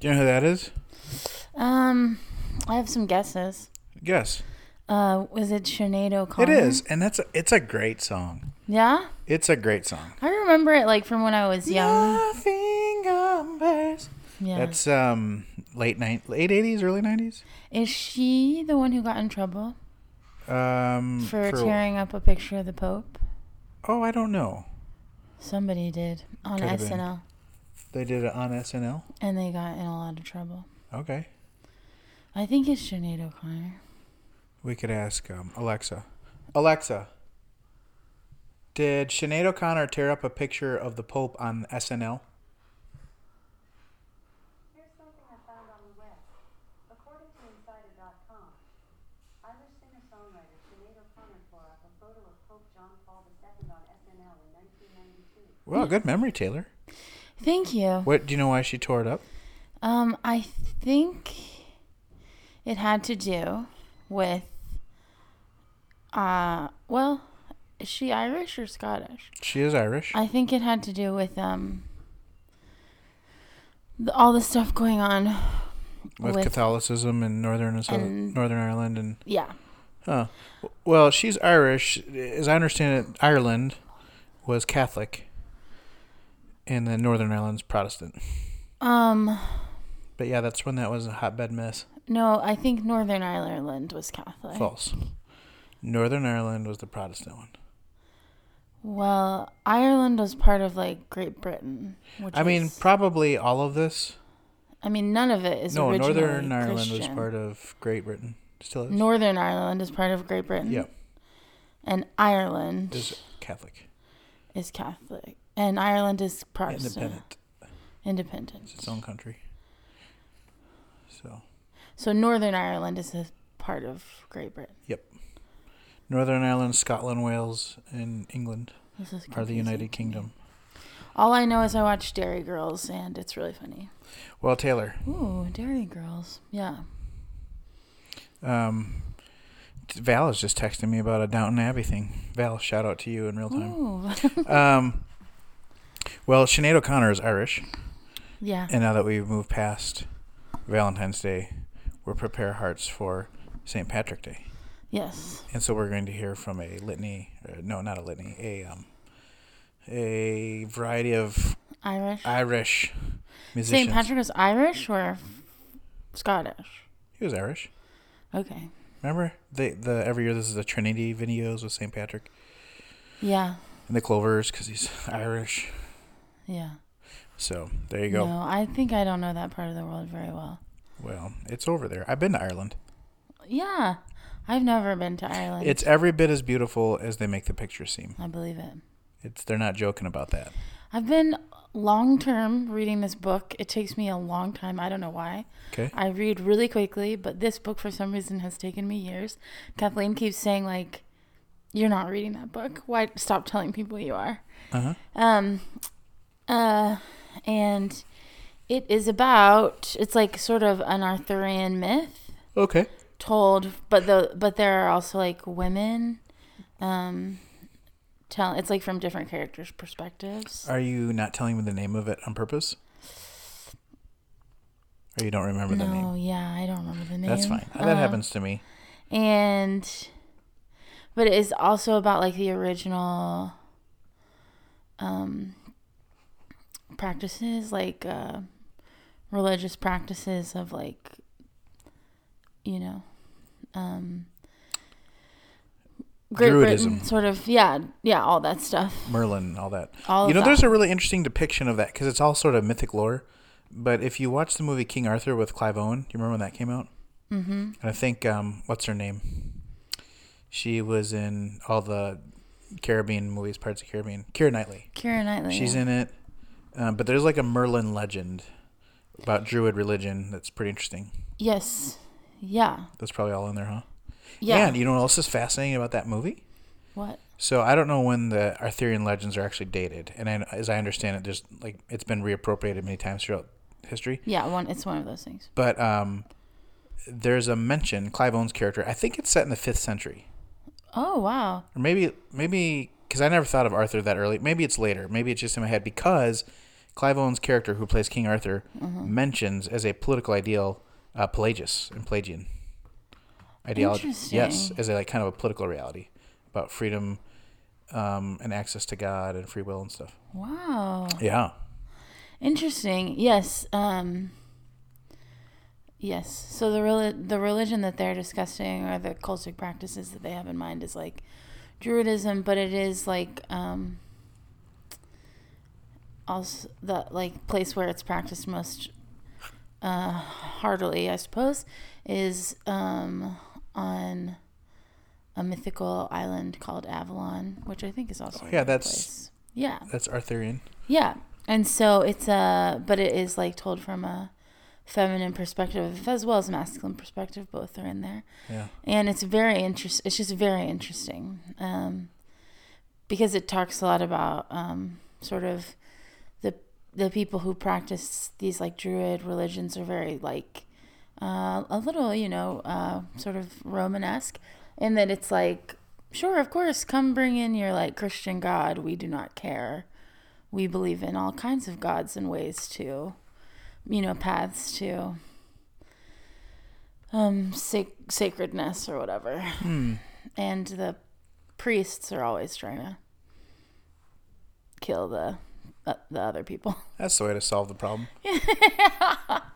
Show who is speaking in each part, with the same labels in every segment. Speaker 1: Do you know who that is?
Speaker 2: Um, I have some guesses.
Speaker 1: Guess.
Speaker 2: Uh, was it Sinead O'Connor?
Speaker 1: It is, and that's a, it's a great song.
Speaker 2: Yeah,
Speaker 1: It's a great song.
Speaker 2: I remember it like from when I was young.
Speaker 1: Loving Embers.
Speaker 2: Yeah.
Speaker 1: That's um late night late eighties, early nineties.
Speaker 2: Is she the one who got in trouble
Speaker 1: Um,
Speaker 2: for, tearing up a picture of the Pope?
Speaker 1: oh, I don't know.
Speaker 2: Somebody did on
Speaker 1: Could've been.
Speaker 2: SNL,
Speaker 1: They did it on SNL.
Speaker 2: and they got in a lot of trouble.
Speaker 1: Okay,
Speaker 2: I think it's Sinead O'Connor.
Speaker 1: we could ask um, Alexa. Alexa, did Sinead O'Connor tear up a picture of the Pope on SNL?
Speaker 3: Here's something I found on the web. According to Insider.com, Irish singer-songwriter Sinead O'Connor tore up a photo of Pope John Paul II on SNL in 1992.
Speaker 1: Well, good memory, Taylor.
Speaker 2: Thank you.
Speaker 1: What do you know why she tore it up?
Speaker 2: Um, I think it had to do with, uh, well, is she Irish or Scottish?
Speaker 1: She is Irish.
Speaker 2: I think it had to do with um the, all the stuff going on.
Speaker 1: with,
Speaker 2: with-
Speaker 1: Catholicism in Northern and Southern
Speaker 2: and-
Speaker 1: Northern Ireland and
Speaker 2: Yeah,
Speaker 1: huh. Well, she's Irish, as I understand it. Ireland was Catholic, and then Northern Ireland's Protestant.
Speaker 2: Um,
Speaker 1: But yeah, that's when that was a hotbed mess.
Speaker 2: no, I think Northern Ireland was Catholic.
Speaker 1: False. Northern Ireland was the Protestant one.
Speaker 2: Well, Ireland was part of like Great Britain. Which
Speaker 1: I mean,
Speaker 2: was-
Speaker 1: probably all of this.
Speaker 2: I mean, none of it is
Speaker 1: No,
Speaker 2: originally
Speaker 1: Northern Ireland was
Speaker 2: Christian.
Speaker 1: part of Great Britain. Still is.
Speaker 2: Northern Ireland is part of Great Britain.
Speaker 1: yeah,
Speaker 2: And Ireland
Speaker 1: is Catholic,
Speaker 2: is Catholic, and Ireland is Protestant, independent.
Speaker 1: independent, it's its own country. So.
Speaker 2: So Northern Ireland is a part of Great Britain.
Speaker 1: Yep. Northern Ireland, Scotland, Wales, and England
Speaker 2: This is
Speaker 1: are the
Speaker 2: confusing.
Speaker 1: United Kingdom.
Speaker 2: All I know is I watch Dairy Girls, and it's really funny.
Speaker 1: Well, Taylor,
Speaker 2: Ooh, Dairy Girls. Yeah.
Speaker 1: um, Val is just texting me about a Downton Abbey thing. Val, shout out to you in real time.
Speaker 2: Ooh.
Speaker 1: Um, well, Sinead O'Connor is Irish,
Speaker 2: yeah.
Speaker 1: and now that we've moved past Valentine's Day, we'll prepare hearts for St. Patrick Day.
Speaker 2: Yes.
Speaker 1: And so we're going to hear from a litany, uh, no, not a litany, a um, a variety of
Speaker 2: Irish.
Speaker 1: Irish musicians.
Speaker 2: St. Patrick was Irish or Scottish?
Speaker 1: He was Irish.
Speaker 2: Okay.
Speaker 1: Remember the the every year this is the Trinity videos with St. Patrick
Speaker 2: Yeah.
Speaker 1: and the Clovers because he's Irish.
Speaker 2: Yeah.
Speaker 1: So there you go.
Speaker 2: No, I think I don't know that part of the world very well.
Speaker 1: Well, it's over there. I've been to Ireland.
Speaker 2: Yeah. I've never been to Ireland.
Speaker 1: It's every bit as beautiful as they make the pictures seem.
Speaker 2: I believe it.
Speaker 1: It's they're not joking about that.
Speaker 2: I've been long term reading this book. It takes me a long time. I don't know why.
Speaker 1: Okay.
Speaker 2: I read really quickly, but this book for some reason has taken me years. Kathleen keeps saying like, "You're not reading that book. Why stop telling people you are?"
Speaker 1: Uh-huh.
Speaker 2: Um, uh, and it is about it's like sort of an Arthurian myth
Speaker 1: Okay.
Speaker 2: told, but the but there are also like women, um, tell it's like from different characters' perspectives.
Speaker 1: Are you not telling me the name of it on purpose? Or you don't remember the
Speaker 2: No,
Speaker 1: name?
Speaker 2: yeah, I don't remember the name.
Speaker 1: That's fine. That
Speaker 2: Uh,
Speaker 1: happens to me.
Speaker 2: and but it is also about like the original um practices like uh religious practices of like you know um Great
Speaker 1: Druidism.
Speaker 2: Britain sort of yeah yeah all that stuff
Speaker 1: Merlin, all that.
Speaker 2: All
Speaker 1: you
Speaker 2: of
Speaker 1: know,
Speaker 2: that.
Speaker 1: there's a really interesting depiction of that because it's all sort of mythic lore. But if you watch the movie King Arthur with Clive Owen, do you remember when that came out? Mm-hmm. And I think um, what's her name? She was in all the Caribbean movies, parts of Caribbean. Kira Knightley,
Speaker 2: Kira Knightley
Speaker 1: she's
Speaker 2: yeah.
Speaker 1: in it. Um, but there's like a Merlin legend about Druid religion that's pretty interesting.
Speaker 2: yes yeah
Speaker 1: That's probably all in there, huh?
Speaker 2: yeah
Speaker 1: And you know what else is fascinating about that movie?
Speaker 2: what
Speaker 1: So I don't know when the Arthurian legends are actually dated, and I, as I understand it, there's like it's been reappropriated many times throughout history.
Speaker 2: yeah one it's one of those things
Speaker 1: But um, there's a mention Clive Owen's character. I think it's set in the fifth century,
Speaker 2: oh wow
Speaker 1: or maybe maybe because I never thought of Arthur that early. Maybe it's later. Maybe it's just in my head because Clive Owen's character, who plays King Arthur, mentions as a political ideal uh, Pelagius and Pelagian ideology. Yes,
Speaker 2: Interesting.
Speaker 1: as a like kind of a political reality about freedom um, and access to God and free will and stuff.
Speaker 2: Wow.
Speaker 1: Yeah.
Speaker 2: Interesting. Yes. Um, yes. So the rel- the religion that they're discussing or the cultic practices that they have in mind is like Druidism, but it is like um, also the like place where it's practiced most uh, heartily, I suppose, is um, on a mythical island called Avalon, which I think is also a
Speaker 1: Oh, yeah,
Speaker 2: real
Speaker 1: that's-
Speaker 2: place. yeah
Speaker 1: That's Arthurian.
Speaker 2: yeah. And so it's a, but it is like told from a feminine perspective as well as masculine perspective. Both are in there.
Speaker 1: Yeah.
Speaker 2: And it's very interesting. It's just very interesting um, because it talks a lot about um, sort of the the people who practice these like druid religions are very like uh, a little you know uh, sort of Romanesque in that it's like sure of course come bring in your like Christian God we do not care we believe in all kinds of gods and ways to you know paths to um sac- sacredness or whatever
Speaker 1: Hmm.
Speaker 2: and the priests are always trying to kill the uh, the other people
Speaker 1: That's the way to solve the problem.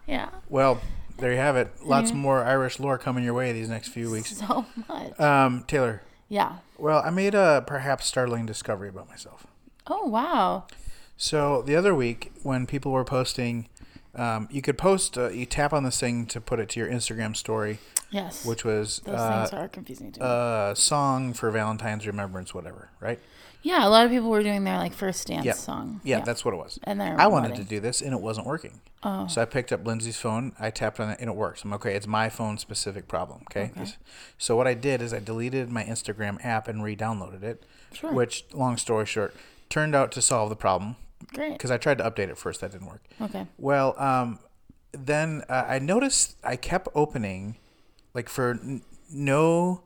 Speaker 2: yeah
Speaker 1: Well, there you have it. Lots more Irish lore coming your way these next few weeks.
Speaker 2: so much
Speaker 1: Um, Taylor,
Speaker 2: yeah
Speaker 1: well, I made a perhaps startling discovery about myself.
Speaker 2: oh wow
Speaker 1: So the other week, when people were posting, um, you could post, uh, you tap on this thing to put it to your Instagram story,
Speaker 2: yes
Speaker 1: which was
Speaker 2: those
Speaker 1: uh,
Speaker 2: things are confusing to me
Speaker 1: a song for Valentine's Remembrance, whatever, right?
Speaker 2: yeah a lot of people were doing their like first dance
Speaker 1: Yeah.
Speaker 2: song
Speaker 1: Yeah, that's what it was.
Speaker 2: and their
Speaker 1: I wanted to
Speaker 2: wedding.
Speaker 1: do this and it wasn't working. Oh. So I picked up Lindsay's phone, I tapped on it, and it works. I'm okay, it's my phone specific problem. Okay. This- So what I did is I deleted my Instagram app and re downloaded it,
Speaker 2: Sure.
Speaker 1: which, long story short, turned out to solve the problem
Speaker 2: great
Speaker 1: because I tried to update it first, that didn't work.
Speaker 2: okay
Speaker 1: Well, um, then uh, I noticed I kept opening, like for n- no,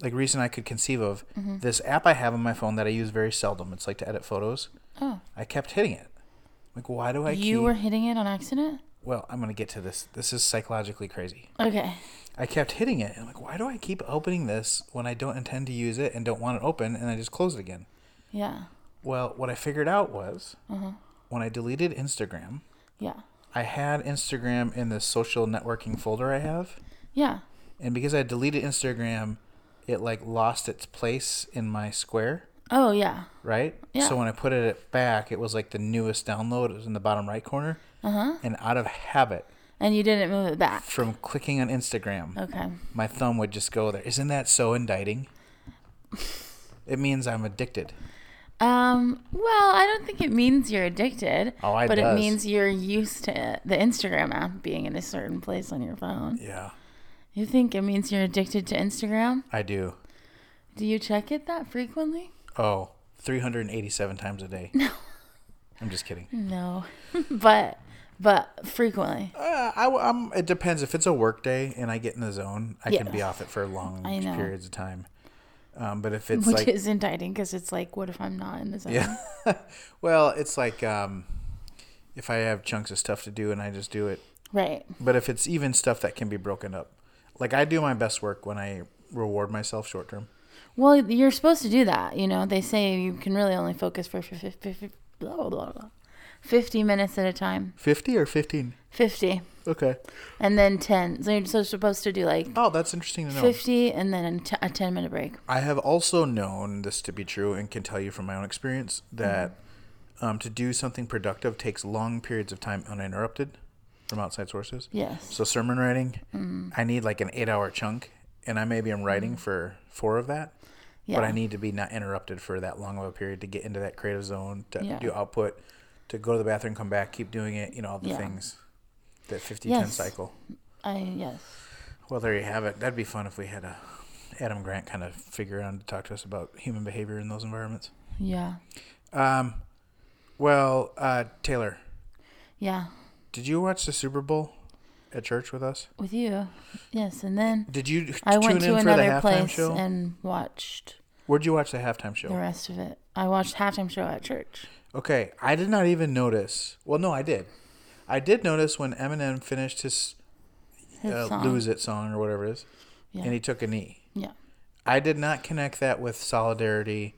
Speaker 1: like reason I could conceive of,
Speaker 2: Mm-hmm.
Speaker 1: this app I have on my phone that I use very seldom. It's like to edit photos.
Speaker 2: Oh.
Speaker 1: I kept hitting it. Like, why do I?
Speaker 2: you
Speaker 1: keep-
Speaker 2: were hitting it on accident
Speaker 1: Well, I'm gonna get to this. This is psychologically crazy.
Speaker 2: okay
Speaker 1: I kept hitting it. I'm like, why do I keep opening this when I don't intend to use it and don't want it open, and I just close it again?
Speaker 2: yeah
Speaker 1: Well, what I figured out was
Speaker 2: Mm-hmm.
Speaker 1: when I deleted Instagram.
Speaker 2: yeah
Speaker 1: I had Instagram in the social networking folder I have,
Speaker 2: yeah
Speaker 1: and because I deleted Instagram, it like lost its place in my Square,
Speaker 2: oh yeah
Speaker 1: right?
Speaker 2: Yeah.
Speaker 1: So when I put it back, it was like the newest download. It was in the bottom right corner. Uh-huh. And out of habit,
Speaker 2: and you didn't move it back
Speaker 1: from clicking on Instagram,
Speaker 2: okay
Speaker 1: my thumb would just go there. Isn't that so indicting? it means I'm addicted.
Speaker 2: Um, well, I don't think it means you're addicted.
Speaker 1: Oh, it
Speaker 2: But
Speaker 1: does.
Speaker 2: it means you're used to the Instagram app being in a certain place on your phone.
Speaker 1: Yeah,
Speaker 2: You think it means you're addicted to Instagram?
Speaker 1: I do.
Speaker 2: Do you check it that frequently?
Speaker 1: Oh, 387 times a day. I'm just kidding.
Speaker 2: No. but but frequently.
Speaker 1: Uh, I, am It depends. If it's a work day and I get in the zone, I can
Speaker 2: Yeah.
Speaker 1: be off it for long
Speaker 2: I know.
Speaker 1: periods of time. Um, but if it's
Speaker 2: Which
Speaker 1: like,
Speaker 2: is indicting because it's like, what if I'm not in the zone?
Speaker 1: yeah, well, it's like um, if I have chunks of stuff to do and I just do it.
Speaker 2: Right.
Speaker 1: But if it's even stuff that can be broken up, like I do my best work when I reward myself short term.
Speaker 2: Well, you're supposed to do that. You know, they say you can really only focus for fif- fif- fif- blah, blah, blah, blah. 50 minutes at a time.
Speaker 1: Fifty or fifteen?
Speaker 2: 50.
Speaker 1: Okay.
Speaker 2: And then 10. So you're so supposed to do like
Speaker 1: Oh, that's interesting to know.
Speaker 2: 50 and then a t- a 10 minute break.
Speaker 1: I have also known this to be true and can tell you from my own experience that um, to do something productive takes long periods of time uninterrupted from outside sources.
Speaker 2: Yes.
Speaker 1: So, sermon writing,
Speaker 2: Mm.
Speaker 1: I need like an eight hour chunk, and I maybe am writing for four of that,
Speaker 2: yeah.
Speaker 1: but I need to be not interrupted for that long of a period to get into that creative zone, to
Speaker 2: Yeah.
Speaker 1: do output, to go to the bathroom, come back, keep doing it, you know, all the
Speaker 2: Yeah.
Speaker 1: things. That 50 10
Speaker 2: Yes.
Speaker 1: cycle.
Speaker 2: I yes.
Speaker 1: Well, there you have it. That'd be fun if we had a Adam Grant kind of figure on to talk to us about human behavior in those environments.
Speaker 2: Yeah.
Speaker 1: Um, well, uh, Taylor,
Speaker 2: Yeah.
Speaker 1: did you watch the Super Bowl at church with us?
Speaker 2: With you. Yes, and then
Speaker 1: Did you
Speaker 2: I
Speaker 1: tune
Speaker 2: went
Speaker 1: in
Speaker 2: to
Speaker 1: for the
Speaker 2: another
Speaker 1: halftime
Speaker 2: place
Speaker 1: show? Oh.
Speaker 2: and watched
Speaker 1: Where'd you watch the halftime show?
Speaker 2: the rest of it. I watched halftime show at church.
Speaker 1: Okay, I did not even notice. Well, no, I did. I did notice when Eminem finished his,
Speaker 2: His
Speaker 1: uh,
Speaker 2: song.
Speaker 1: "Lose It" song or whatever it is,
Speaker 2: Yeah.
Speaker 1: and he took a knee.
Speaker 2: yeah.
Speaker 1: I did not connect that with solidarity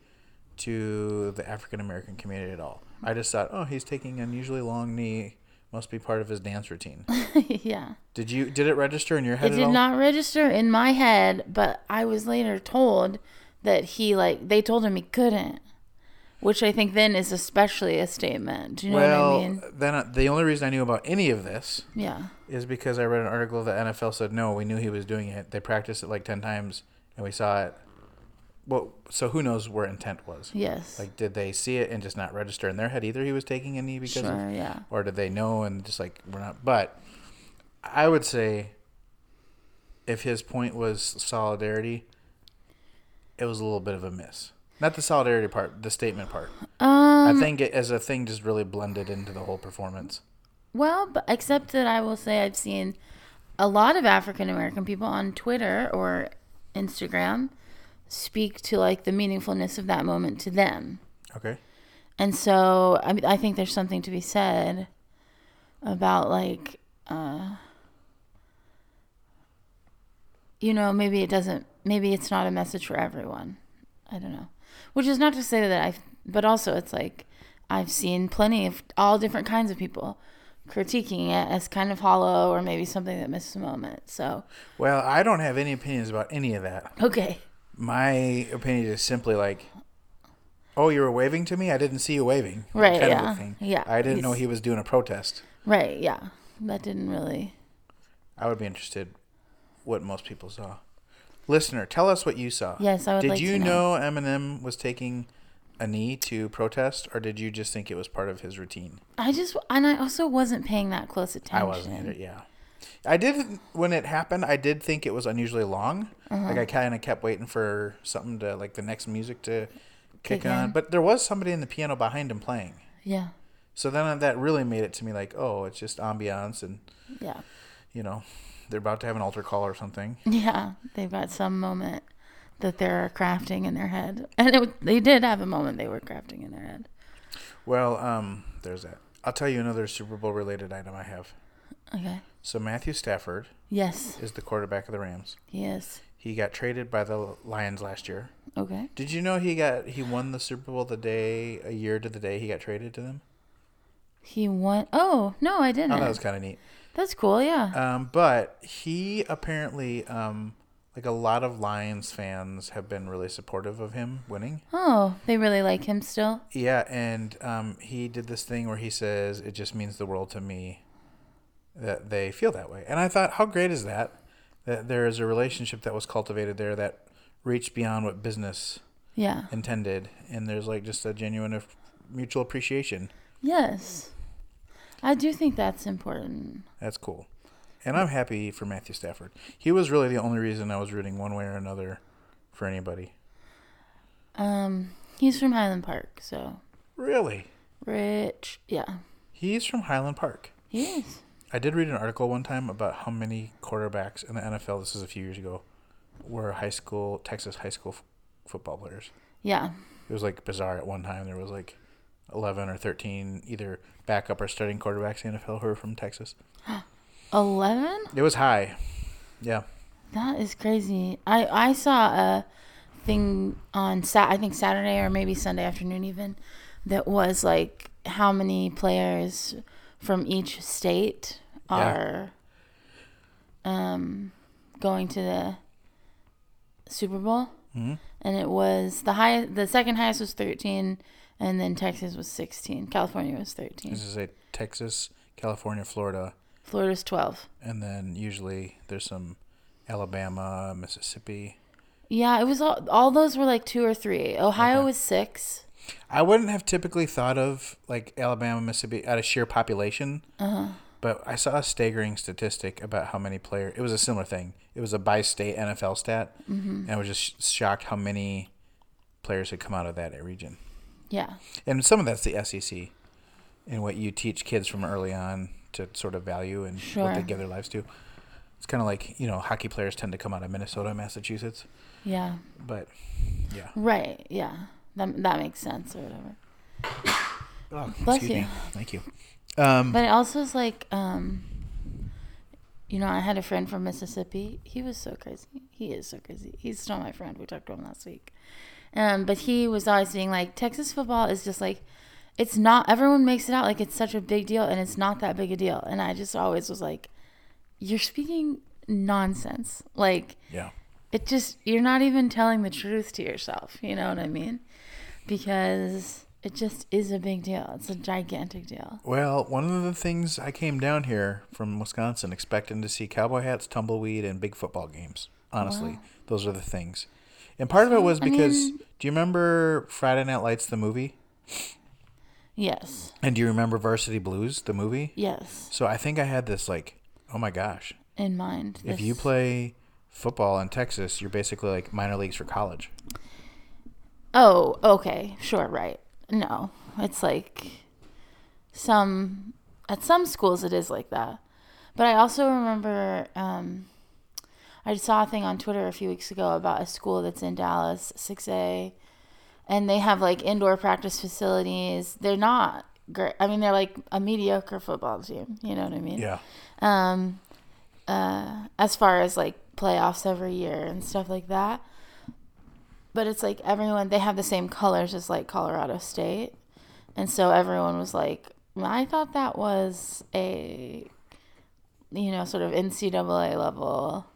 Speaker 1: to the African American community at all. I just thought, oh, he's taking an unusually long knee. Must be part of his dance routine.
Speaker 2: yeah.
Speaker 1: did you? Did it register in your
Speaker 2: It
Speaker 1: head at
Speaker 2: did
Speaker 1: all?
Speaker 2: not register in my head, but I was later told that he like they told him he couldn't, which I think then is especially a statement. Do you know
Speaker 1: well,
Speaker 2: what I mean?
Speaker 1: then uh, the only reason I knew about any of this
Speaker 2: Yeah.
Speaker 1: is because I read an article that NFL said no, we knew he was doing it. They practiced it like ten times, and we saw it. Well, so who knows where intent was?
Speaker 2: Yes.
Speaker 1: Like, did they see it and just not register in their head either? He was taking a knee because,
Speaker 2: sure.
Speaker 1: of,
Speaker 2: yeah.
Speaker 1: or did they know and just like we're not? But I would say, if his point was solidarity, it was a little bit of a miss. Not the solidarity part, the statement part. I
Speaker 2: Um,
Speaker 1: think it, as a thing, just really blended into the whole performance.
Speaker 2: Well, but except that I will say I've seen a lot of African American people on Twitter or Instagram speak to like the meaningfulness of that moment to them.
Speaker 1: Okay.
Speaker 2: And so I mean, I think there's something to be said about like, uh, you know, maybe it doesn't, maybe it's not a message for everyone. I don't know. Which is not to say that I've, but also it's like I've seen plenty of all different kinds of people critiquing it as kind of hollow or maybe something that missed the moment. So,
Speaker 1: Well, I don't have any opinions about any of that.
Speaker 2: okay.
Speaker 1: My opinion is simply like, oh, you were waving to me. I didn't see you waving.
Speaker 2: Right,
Speaker 1: Kind
Speaker 2: yeah,
Speaker 1: Of a thing.
Speaker 2: yeah,
Speaker 1: I didn't know
Speaker 2: he's-
Speaker 1: he was doing a protest.
Speaker 2: Right. Yeah. That didn't really.
Speaker 1: I would be interested what most people saw. Listener, tell us what you saw.
Speaker 2: Yes, I would
Speaker 1: Did
Speaker 2: like
Speaker 1: you
Speaker 2: to
Speaker 1: know.
Speaker 2: know.
Speaker 1: Eminem was taking a knee to protest, or did you just think it was part of his routine?
Speaker 2: I just, and I also wasn't paying that close attention.
Speaker 1: I wasn't either. Yeah, I did when it happened. I did think it was unusually long.
Speaker 2: Uh-huh.
Speaker 1: Like I kind of kept waiting for something to like the next music to kick,
Speaker 2: Kick
Speaker 1: on.
Speaker 2: in.
Speaker 1: But there was somebody in the piano behind him playing.
Speaker 2: Yeah.
Speaker 1: So then uh, that really made it to me like, oh, it's just ambiance, and
Speaker 2: Yeah.
Speaker 1: you know, they're about to have an altar call or something.
Speaker 2: Yeah, they've got some moment that they're crafting in their head, and it, they did have a moment they were crafting in their head.
Speaker 1: Well, um, there's that. I'll tell you another Super Bowl related item I have.
Speaker 2: Okay.
Speaker 1: So Matthew Stafford
Speaker 2: Yes.
Speaker 1: is the quarterback of the Rams.
Speaker 2: Yes.
Speaker 1: He got traded by the Lions last year.
Speaker 2: Okay.
Speaker 1: Did you know he got he won the Super Bowl the day a year to the day he got traded to them?
Speaker 2: He won. Oh no, I didn't.
Speaker 1: Oh, that was kind of neat.
Speaker 2: That's cool. Yeah.
Speaker 1: Um, but he apparently, um, like a lot of Lions fans have been really supportive of him winning.
Speaker 2: oh, they really like him still.
Speaker 1: Yeah, and um, he did this thing where he says, "It just means the world to me that they feel that way." And I thought, how great is that? That there is a relationship that was cultivated there that reached beyond what business
Speaker 2: Yeah.
Speaker 1: intended, and there's like just a genuine of mutual appreciation.
Speaker 2: Yes. I do think that's important.
Speaker 1: That's cool. And I'm happy for Matthew Stafford. He was really the only reason I was rooting one way or another for anybody.
Speaker 2: Um, he's from Highland Park, so
Speaker 1: Really?
Speaker 2: rich. Yeah.
Speaker 1: He's from Highland Park.
Speaker 2: He is.
Speaker 1: I did read an article one time about how many quarterbacks in the NFL, this is a few years ago, were high school, Texas high school f- football players.
Speaker 2: Yeah.
Speaker 1: It was like bizarre at one time. There was like 11 or 13 either backup or starting quarterbacks in the NFL who were from Texas.
Speaker 2: Eleven.
Speaker 1: It was high. Yeah.
Speaker 2: That is crazy. I I saw a thing on Sat I think Saturday or maybe Sunday afternoon even that was like how many players from each state
Speaker 1: Yeah.
Speaker 2: are um going to the Super Bowl.
Speaker 1: Mm-hmm.
Speaker 2: And it was the high the second highest was 13 and then Texas was 16. California was 13.
Speaker 1: This is a Texas, California, Florida.
Speaker 2: Florida's 12.
Speaker 1: and then usually there's some Alabama, Mississippi.
Speaker 2: Yeah, it was all, all those were like 2 or 3. Ohio was 6.
Speaker 1: I wouldn't have typically thought of like Alabama, Mississippi out of sheer population,
Speaker 2: Uh-huh.
Speaker 1: but I saw a staggering statistic about how many player. It was a similar thing. It was a by state NFL stat,
Speaker 2: Mm-hmm.
Speaker 1: and I was just shocked how many players had come out of that region.
Speaker 2: Yeah.
Speaker 1: And some of that's the SEC, and what you teach kids from early on to sort of value and what they
Speaker 2: Sure.
Speaker 1: give their lives to. It's kind of like you know hockey players tend to come out of Minnesota, Massachusetts,
Speaker 2: Yeah.
Speaker 1: but yeah.
Speaker 2: Right. Yeah. That that makes sense or whatever.
Speaker 1: Oh,
Speaker 2: Bless
Speaker 1: excuse
Speaker 2: you.
Speaker 1: me. Thank you. Um,
Speaker 2: But it also is like, um, you know, I had a friend from Mississippi. He was so crazy. He is so crazy. He's still my friend. We talked to him last week. Um, but he was always being like, Texas football is just like, it's not, everyone makes it out like it's such a big deal and it's not that big a deal. And I just always was like, you're speaking nonsense. Like,
Speaker 1: yeah.
Speaker 2: it just you're not even telling the truth to yourself you know what i mean because it just is a big deal it's a gigantic deal
Speaker 1: Well, one of the things I came down here from Wisconsin expecting to see cowboy hats, tumbleweed, and big football games. Honestly, those are the things. And part of it was
Speaker 2: I
Speaker 1: because
Speaker 2: mean-
Speaker 1: do you remember Friday Night Lights the movie?
Speaker 2: yes
Speaker 1: And do you remember Varsity Blues the movie?
Speaker 2: yes
Speaker 1: So I think I had this like, oh my gosh,
Speaker 2: in mind
Speaker 1: if you
Speaker 2: this-
Speaker 1: play football in Texas, you're basically like minor leagues for college.
Speaker 2: oh okay sure right no it's like some at some schools it is like that but i also remember um i saw a thing on twitter a few weeks ago about a school that's in dallas 6a and they have like indoor practice facilities. They're not great. I mean, they're like a mediocre football team. You know what I mean?
Speaker 1: Yeah.
Speaker 2: Um, uh, as far as like playoffs every year and stuff like that. But it's like everyone they have the same colors as like Colorado State, and so everyone was like, I thought that was a, you know, sort of NCAA level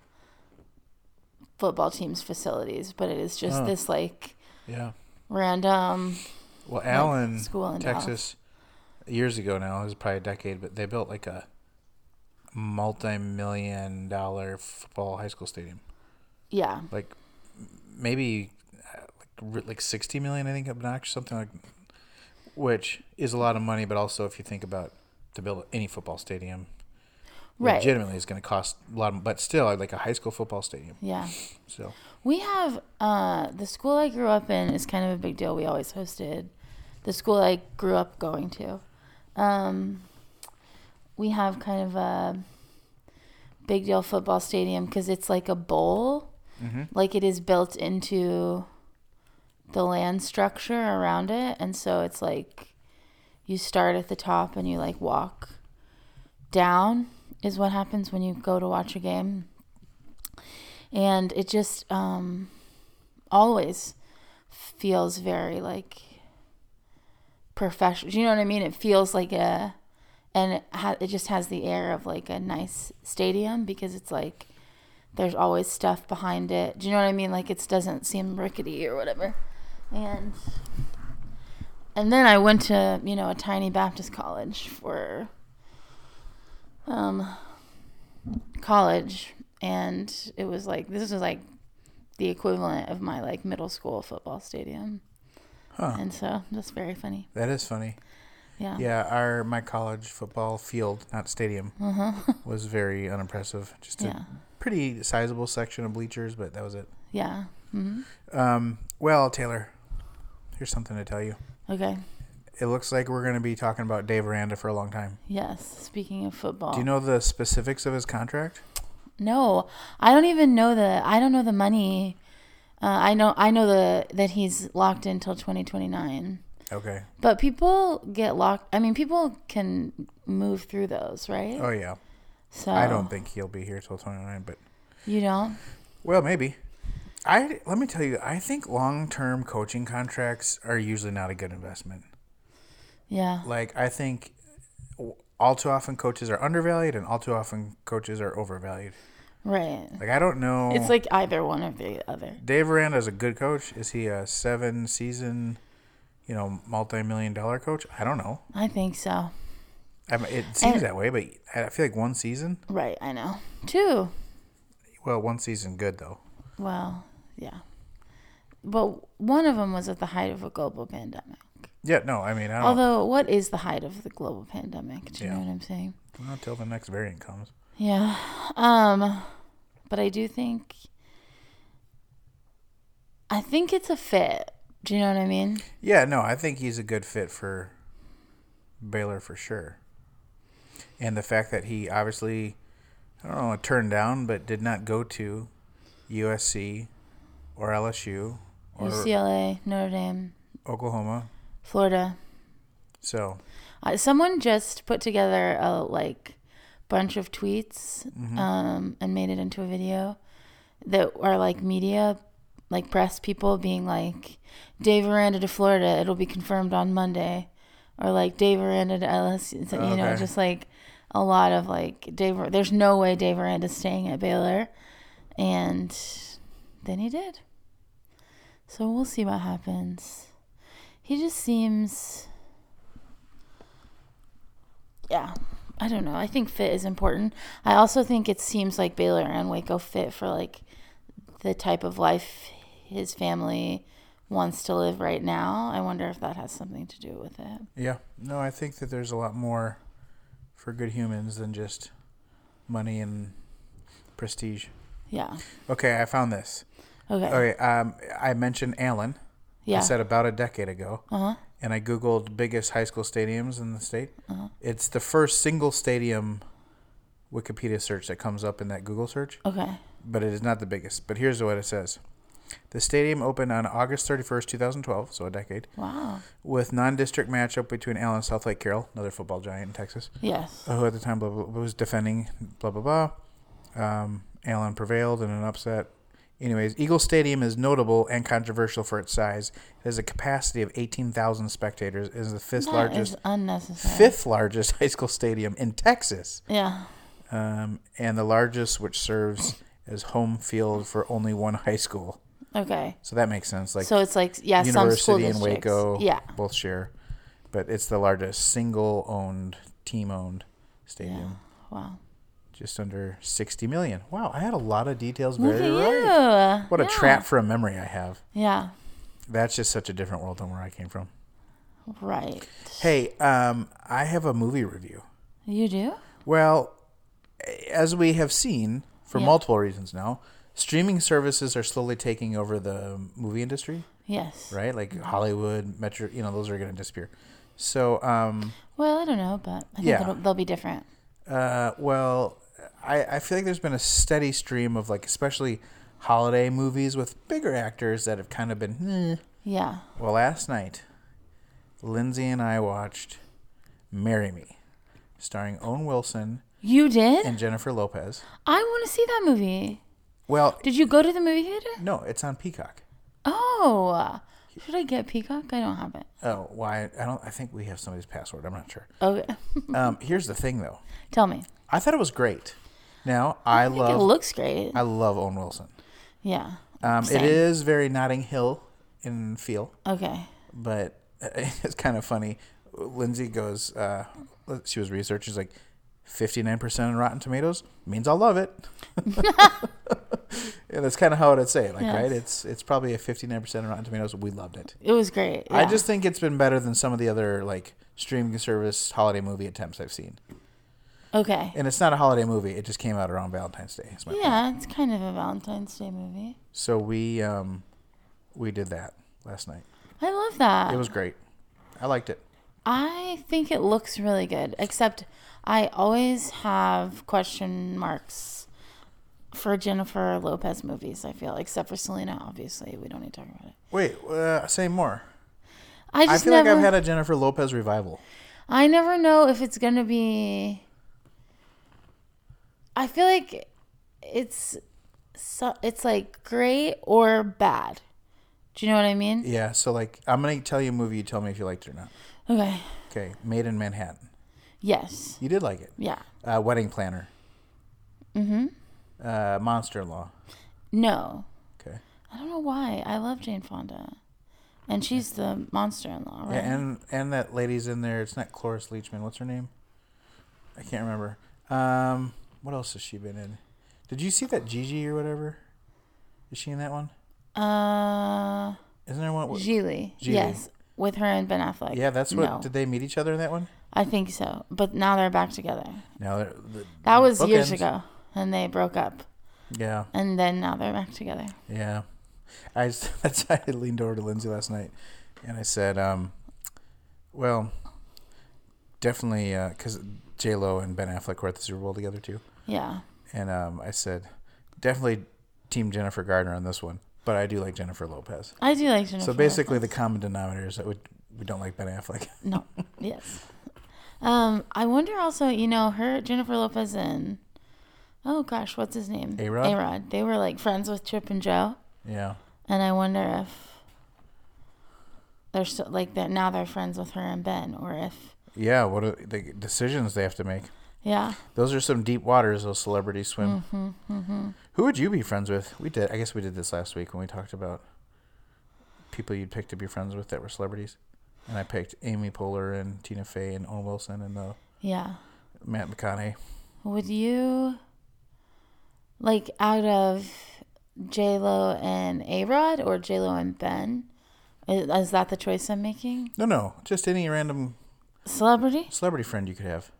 Speaker 2: football team's facilities, but it is just
Speaker 1: Huh.
Speaker 2: this like
Speaker 1: Yeah.
Speaker 2: random
Speaker 1: Well, Allen,
Speaker 2: school in
Speaker 1: Texas, years ago now, it was probably a decade, but they built like a multi-million dollar football high school stadium.
Speaker 2: Yeah.
Speaker 1: Like m- maybe uh, like, r- like 60 million, I think, obnoxious, something like which is a lot of money, but also if you think about to build any football stadium,
Speaker 2: Right.
Speaker 1: legitimately is going to cost a lot, of, but still like a high school football stadium.
Speaker 2: Yeah.
Speaker 1: So
Speaker 2: We have uh the school I grew up in is kind of a big deal. We always hosted the school I grew up going to. Um we have kind of a big deal football stadium cuz it's like a bowl. Like it is built into the land structure around it and so it's like you start at the top and you like walk down is what happens when you go to watch a game and it just um, always feels very like professional. Do you know what I mean? It feels like a, and it, ha- it just has the air of like a nice stadium because it's like there's always stuff behind it. Do you know what I mean? Like it doesn't seem rickety or whatever, and. And then I went to, you know, a tiny Baptist college for um, college and it was like this was like the equivalent of my like middle school football stadium
Speaker 1: Huh.
Speaker 2: and so that's very funny
Speaker 1: that is funny.
Speaker 2: yeah
Speaker 1: Yeah, our my college football field, not stadium, was very unimpressive. Just a
Speaker 2: Uh-huh. Yeah.
Speaker 1: pretty sizable section of bleachers, but that was it.
Speaker 2: yeah hmm
Speaker 1: Um, well, Taylor, here's something to tell you.
Speaker 2: okay
Speaker 1: It looks like we're going to be talking about Dave Aranda for a long time.
Speaker 2: yes speaking of football
Speaker 1: Do you know the specifics of his contract?
Speaker 2: no i don't even know the i don't know the money uh, i know i know the that he's locked in till 2029
Speaker 1: Okay.
Speaker 2: but people get locked i mean people can move through those right
Speaker 1: Oh yeah.
Speaker 2: so
Speaker 1: I don't think he'll be here till 29, but
Speaker 2: you don't
Speaker 1: well, maybe. I let me tell you, I think long-term coaching contracts are usually not a good investment.
Speaker 2: yeah
Speaker 1: like I think all too often coaches are undervalued and all too often coaches are overvalued.
Speaker 2: right
Speaker 1: Like I don't know.
Speaker 2: it's like either one or the other
Speaker 1: Dave Aranda is a good coach. Is he a seven season, you know, multi million dollar coach? I don't know.
Speaker 2: I think so.
Speaker 1: I mean, it seems
Speaker 2: And-
Speaker 1: that way, but I feel like one season.
Speaker 2: Right, I know. Two.
Speaker 1: Well, one season good though.
Speaker 2: Well, yeah. But one of them was at the height of a global pandemic.
Speaker 1: Yeah, no, I mean, I don't
Speaker 2: Although, what is the height of the global pandemic? Do you know
Speaker 1: Oh. Yeah.
Speaker 2: what I'm saying?
Speaker 1: not till the next variant comes.
Speaker 2: Yeah. Um, but I do think. I think it's a fit. Do you know what I mean?
Speaker 1: Yeah, no, I think he's a good fit for Baylor for sure. And the fact that he obviously, I don't know, turned down, but did not go to USC or LSU or
Speaker 2: UCLA, Notre Dame,
Speaker 1: Oklahoma,
Speaker 2: Florida,
Speaker 1: So
Speaker 2: Uh, someone just put together a like bunch of tweets um, and made it into a video that are like media, like press people being like, Dave Aranda to Florida, it'll be confirmed on Monday, or like Dave Aranda to LSU, so, you know,
Speaker 1: Okay.
Speaker 2: just like a lot of like Dave. There's no way Dave Aranda's staying at Baylor, and then he did. So we'll see what happens. He just seems yeah, I don't know. I think fit is important. I also think it seems like Baylor and Waco fit for like the type of life his family wants to live right now. I wonder if that has something to do with it.
Speaker 1: yeah, no, I think that there's a lot more for good humans than just money and prestige.
Speaker 2: Yeah.
Speaker 1: Okay, I found this.
Speaker 2: Okay.
Speaker 1: Okay, um, I mentioned Allen.
Speaker 2: yeah.
Speaker 1: I said about a decade ago,
Speaker 2: Uh-huh.
Speaker 1: and I googled biggest high school stadiums in the state.
Speaker 2: Uh-huh.
Speaker 1: It's the first single stadium Wikipedia search that comes up in that Google search,
Speaker 2: okay.
Speaker 1: but it is not the biggest. But here's what it says: the stadium opened on August 31st, 2012, so a decade,
Speaker 2: Wow.
Speaker 1: with non-district matchup between Allen and Southlake Carroll, another football giant in Texas, uh,
Speaker 2: Yes.
Speaker 1: who at the time blah, blah, blah, was defending blah blah blah. Um, Allen prevailed in an upset. Anyways, Eagle Stadium is notable and controversial for its size. It has a capacity of 18,000 spectators. It is the fifth
Speaker 2: That is
Speaker 1: largest
Speaker 2: unnecessary.
Speaker 1: fifth largest high school stadium in Texas,
Speaker 2: Yeah.
Speaker 1: um, and the largest which serves as home field for only one high school.
Speaker 2: Okay.
Speaker 1: So that makes sense. Like
Speaker 2: so it's like yeah, some school
Speaker 1: University and
Speaker 2: districts.
Speaker 1: Waco
Speaker 2: yeah.
Speaker 1: both share, but it's the largest single owned, team owned stadium.
Speaker 2: Yeah. Wow.
Speaker 1: Just under 60 million. Wow, I had a lot of details
Speaker 2: Look
Speaker 1: very
Speaker 2: at
Speaker 1: right.
Speaker 2: you.
Speaker 1: What a
Speaker 2: Yeah.
Speaker 1: trap for a memory I have.
Speaker 2: Yeah.
Speaker 1: That's just such a different world than where I came from.
Speaker 2: Right.
Speaker 1: Hey, um, I have a movie review.
Speaker 2: You do?
Speaker 1: Well, as we have seen for
Speaker 2: Yeah.
Speaker 1: multiple reasons now, streaming services are slowly taking over the movie industry,
Speaker 2: Yes.
Speaker 1: right? Like Hollywood, Metro, you know, those are going to disappear. So, um,
Speaker 2: Well, I don't know, but I think
Speaker 1: Yeah.
Speaker 2: it'll, they'll be different.
Speaker 1: uh, well, I, I feel like there's been a steady stream of like, especially holiday movies with bigger actors that have kind of been, "Eh."
Speaker 2: Yeah.
Speaker 1: well, last night, Lindsay and I watched Marry Me, starring Owen Wilson
Speaker 2: You did?
Speaker 1: and Jennifer Lopez.
Speaker 2: I want to see that movie.
Speaker 1: Well,
Speaker 2: Did you go to the movie theater?
Speaker 1: no, it's on Peacock.
Speaker 2: Oh. Should I get Peacock? I don't have it.
Speaker 1: Oh, why? I don't. I think we have somebody's password. I'm not sure.
Speaker 2: Okay.
Speaker 1: Um, here's the thing, though.
Speaker 2: Oh, Tell me.
Speaker 1: I thought it was great. Now I,
Speaker 2: I think it
Speaker 1: love.
Speaker 2: looks great.
Speaker 1: I love Owen Wilson.
Speaker 2: yeah.
Speaker 1: Um, it
Speaker 2: Same.
Speaker 1: is very Notting Hill in feel,
Speaker 2: Okay.
Speaker 1: but it's kind of funny. Lindsay goes. Uh, she was researching. She's like, fifty nine percent on Rotten Tomatoes means I'll love it. and that's kind of how I'd say it. Like,
Speaker 2: Yes.
Speaker 1: right? It's it's probably a fifty nine percent on Rotten Tomatoes. We loved it.
Speaker 2: It was great.
Speaker 1: I
Speaker 2: yeah.
Speaker 1: just think it's been better than some of the other like streaming service holiday movie attempts I've seen.
Speaker 2: Okay.
Speaker 1: And it's not a holiday movie; it just came out around Valentine's Day. is my-
Speaker 2: Yeah, it's kind of a Valentine's Day movie.
Speaker 1: So we um, we did that last night.
Speaker 2: I love that.
Speaker 1: It was great. I liked it.
Speaker 2: I think it looks really good, except I always have question marks for Jennifer Lopez movies, I feel, except for Selena, obviously. We don't need to talk about it.
Speaker 1: Wait, uh, say more.
Speaker 2: I
Speaker 1: I
Speaker 2: just
Speaker 1: feel
Speaker 2: never,
Speaker 1: like I've had a Jennifer Lopez revival.
Speaker 2: I never know if it's gonna be. I feel like it's, so, it's like great or bad. Do you know what I mean?
Speaker 1: Yeah. So like, I'm gonna tell you a movie. You tell me if you liked it or not.
Speaker 2: Okay.
Speaker 1: Okay. Made in Manhattan.
Speaker 2: Yes.
Speaker 1: You did like it.
Speaker 2: Yeah.
Speaker 1: Uh, Wedding Planner. Mm-hmm. Uh, Monster in Law.
Speaker 2: No.
Speaker 1: Okay.
Speaker 2: I don't know why. I love Jane Fonda, and she's the monster-in-law, right?
Speaker 1: Yeah, and and that lady's in there. It's not Cloris Leachman. What's her name? I can't remember. Um, what else has she been in? Did you see that Gigi or whatever? Is she in that one?
Speaker 2: Uh,
Speaker 1: Isn't there one? with-
Speaker 2: Geely.
Speaker 1: Geely.
Speaker 2: Yes, with her and Ben Affleck.
Speaker 1: Yeah, that's what.
Speaker 2: No,
Speaker 1: Did they meet each other in that one?
Speaker 2: I think so. But now they're back together.
Speaker 1: No, they're- the-
Speaker 2: That was years
Speaker 1: bookends.
Speaker 2: ago, and they broke up,
Speaker 1: Yeah,
Speaker 2: and then now they're back together.
Speaker 1: yeah. I just, that's I leaned over to Lindsay last night, and I said, um, "Well, definitely because J Lo and Ben Affleck were at the Super Bowl together too."
Speaker 2: Yeah.
Speaker 1: And um, I said, definitely Team Jennifer Gardner on this one, but I do like Jennifer Lopez.
Speaker 2: I do like Jennifer.
Speaker 1: So basically,
Speaker 2: Lopez.
Speaker 1: the common denominator is that would we don't like Ben Affleck.
Speaker 2: No. yes. Um, I wonder also, you know, her Jennifer Lopez and oh gosh, what's his name?
Speaker 1: A-Rod?
Speaker 2: A-Rod. They were like friends with Chip and Joe,
Speaker 1: yeah.
Speaker 2: and I wonder if they're still like that now. They're friends with her and Ben, or if
Speaker 1: Yeah, what are the decisions they have to make?
Speaker 2: yeah,
Speaker 1: Those are some deep waters those celebrities swim.
Speaker 2: Mm-hmm,
Speaker 1: Who would you be friends with? We did. I guess we did this last week when we talked about people you'd pick to be friends with that were celebrities. And I picked Amy Poehler and Tina Fey and Owen Wilson and uh,
Speaker 2: yeah.
Speaker 1: Matt McConaughey.
Speaker 2: Would you like out of J Lo and A Rod or J Lo and Ben? Is, is that the choice I'm making?
Speaker 1: No, no, just any random
Speaker 2: Celebrity?
Speaker 1: celebrity friend you could have.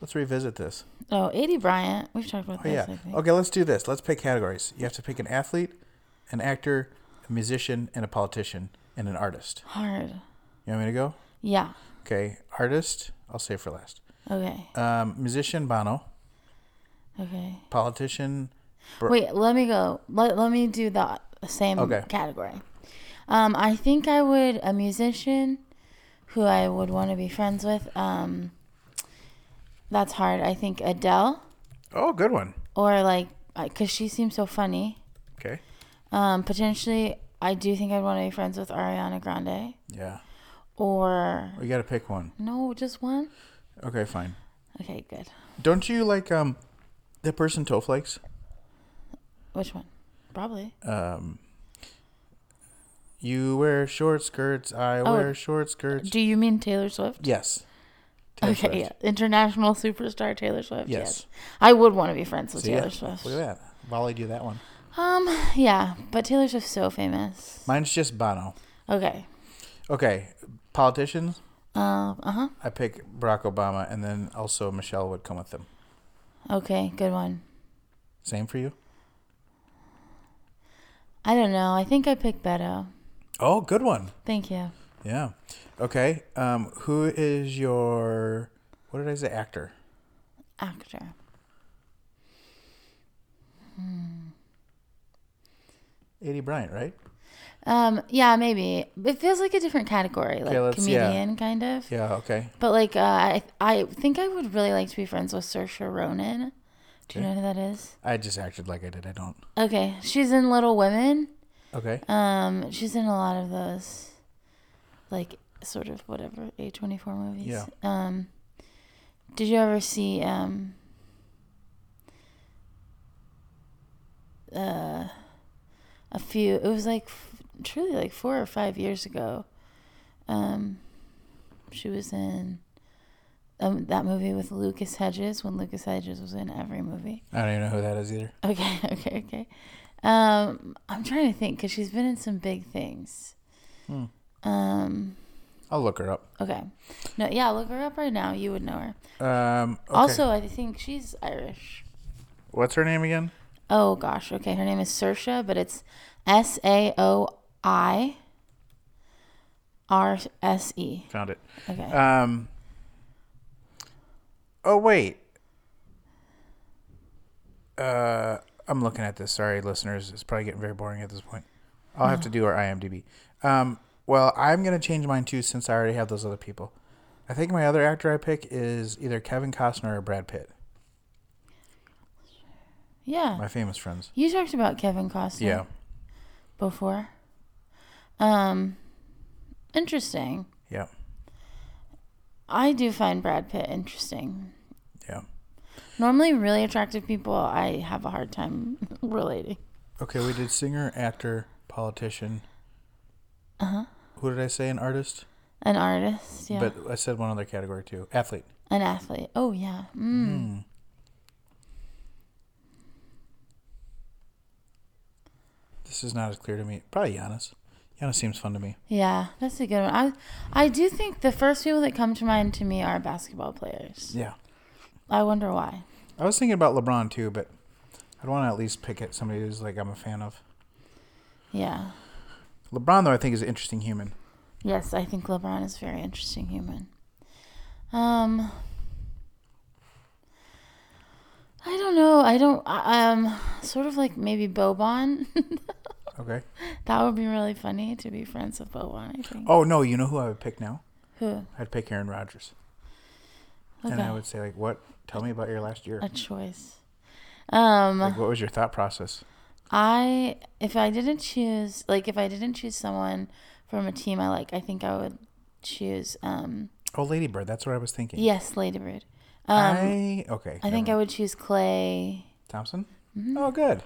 Speaker 1: Let's revisit this.
Speaker 2: Oh, AD Bryant. We've talked about
Speaker 1: Oh
Speaker 2: this.
Speaker 1: yeah.
Speaker 2: I think.
Speaker 1: Okay, let's do this. Let's pick categories. You have to pick an athlete, an actor, a musician, and a politician, and an artist.
Speaker 2: Hard.
Speaker 1: You want me to go?
Speaker 2: Yeah.
Speaker 1: Okay, artist. I'll save for last.
Speaker 2: Okay.
Speaker 1: Um, musician Bono,
Speaker 2: Okay.
Speaker 1: politician. Br-
Speaker 2: Wait, let me go. Let, let me do the same
Speaker 1: Okay.
Speaker 2: category. Um, I think I would a musician who I would want to be friends with. Um, that's hard. I think Adele
Speaker 1: Oh, good one.
Speaker 2: or like because she seems so funny.
Speaker 1: Okay.
Speaker 2: Um, potentially, I do think I'd want to be friends with Ariana Grande
Speaker 1: Yeah,
Speaker 2: or
Speaker 1: we got to pick one.
Speaker 2: no, just one.
Speaker 1: Okay, fine.
Speaker 2: Okay, good.
Speaker 1: Don't you like um, the person toe flakes?
Speaker 2: Which one? Probably.
Speaker 1: Um, you wear short skirts. I wear short skirts.
Speaker 2: Oh, Do you mean Taylor Swift?
Speaker 1: yes. Taylor
Speaker 2: Okay,
Speaker 1: Swift.
Speaker 2: yeah. International superstar Taylor Swift. Yes.
Speaker 1: Yes.
Speaker 2: I would want to be friends with
Speaker 1: See,
Speaker 2: Taylor
Speaker 1: yeah,
Speaker 2: Swift.
Speaker 1: Look at that. Volleyed you that one.
Speaker 2: Um, yeah, but Taylor Swift's so famous.
Speaker 1: Mine's just Bono.
Speaker 2: Okay.
Speaker 1: Okay, politicians.
Speaker 2: Um, uh huh.
Speaker 1: I pick Barack Obama, and then also Michelle would come with them.
Speaker 2: Okay, good one.
Speaker 1: Same for you.
Speaker 2: I don't know. I think I picked Beto.
Speaker 1: Oh, good one.
Speaker 2: Thank you.
Speaker 1: Yeah. Okay. Um, who is your what did I say? Actor.
Speaker 2: Actor.
Speaker 1: Eddie Bryant, right?
Speaker 2: Um, yeah, maybe. It feels like a different category, like
Speaker 1: let's- yeah.
Speaker 2: comedian kind of.
Speaker 1: Yeah. Okay.
Speaker 2: But like, uh, I I think I would really like to be friends with Saoirse Ronan. Do you
Speaker 1: Okay.
Speaker 2: know who that is?
Speaker 1: I just acted like I did. I don't.
Speaker 2: Okay, she's in Little Women.
Speaker 1: Okay.
Speaker 2: Um, she's in a lot of those, like sort of whatever A twenty four movies.
Speaker 1: Yeah.
Speaker 2: Um, did you ever see um? Uh, a few. It was like f- truly like four or five years ago. Um, she was in. Um, that movie with Lucas Hedges when Lucas Hedges was in every movie.
Speaker 1: I don't even know who that is either.
Speaker 2: Okay, okay, okay. Um, I'm trying to think because she's been in some big things.
Speaker 1: Hmm.
Speaker 2: Um,
Speaker 1: I'll look her up.
Speaker 2: okay. No, yeah, look her up right now. You would know her.
Speaker 1: Um. Okay.
Speaker 2: Also, I think she's Irish.
Speaker 1: what's her name again?
Speaker 2: Oh gosh, okay. Her name is Sersha, but it's S A O I R S E.
Speaker 1: Found it.
Speaker 2: Okay.
Speaker 1: Um. Oh wait. Uh, I'm looking at this. Sorry, listeners. It's probably getting very boring at this point. I'll have to do our IMDb. Um. Well, I'm gonna change mine too since I already have those other people. I think my other actor I pick is either Kevin Costner or Brad Pitt,
Speaker 2: yeah.
Speaker 1: my famous friends.
Speaker 2: You talked about Kevin Costner.
Speaker 1: Yeah.
Speaker 2: Before. Um, interesting.
Speaker 1: Yeah.
Speaker 2: I do find Brad Pitt interesting.
Speaker 1: Yeah.
Speaker 2: Normally, really attractive people, I have a hard time relating.
Speaker 1: Okay, we did singer, actor, politician. Uh huh. Who did I say? An artist.
Speaker 2: An artist, Uh-huh. yeah.
Speaker 1: But I said one other category too. Athlete.
Speaker 2: An athlete. Oh, yeah. Mm.
Speaker 1: This is not as clear to me. Probably Giannis. Giannis seems fun to me.
Speaker 2: Yeah, that's a good one. I, I do think the first people that come to mind to me are basketball players.
Speaker 1: Yeah.
Speaker 2: I wonder why.
Speaker 1: I was thinking about LeBron too, but I'd want to at least pick at somebody who's like I'm a fan of.
Speaker 2: Yeah.
Speaker 1: LeBron though I think is an interesting human.
Speaker 2: Yes, I think LeBron is a very interesting human. Um, I don't know. I don't. I- Um, sort of like maybe Bobon.
Speaker 1: Okay.
Speaker 2: That would be really funny to be friends with Boban, I think.
Speaker 1: Oh no, you know who I would pick now?
Speaker 2: Who?
Speaker 1: I'd pick Aaron Rodgers, and I
Speaker 2: Okay.
Speaker 1: would say like, "What? Tell me about your last year.
Speaker 2: A choice. Um,
Speaker 1: Like, what was your thought process?"
Speaker 2: I if I didn't choose like if I didn't choose someone from a team I like, I think I would choose um
Speaker 1: Oh, Ladybird. That's what I was thinking.
Speaker 2: yes, Ladybird. Um I,
Speaker 1: I okay.
Speaker 2: think I would choose Clay.
Speaker 1: Thompson.
Speaker 2: Mm-hmm.
Speaker 1: Oh, good.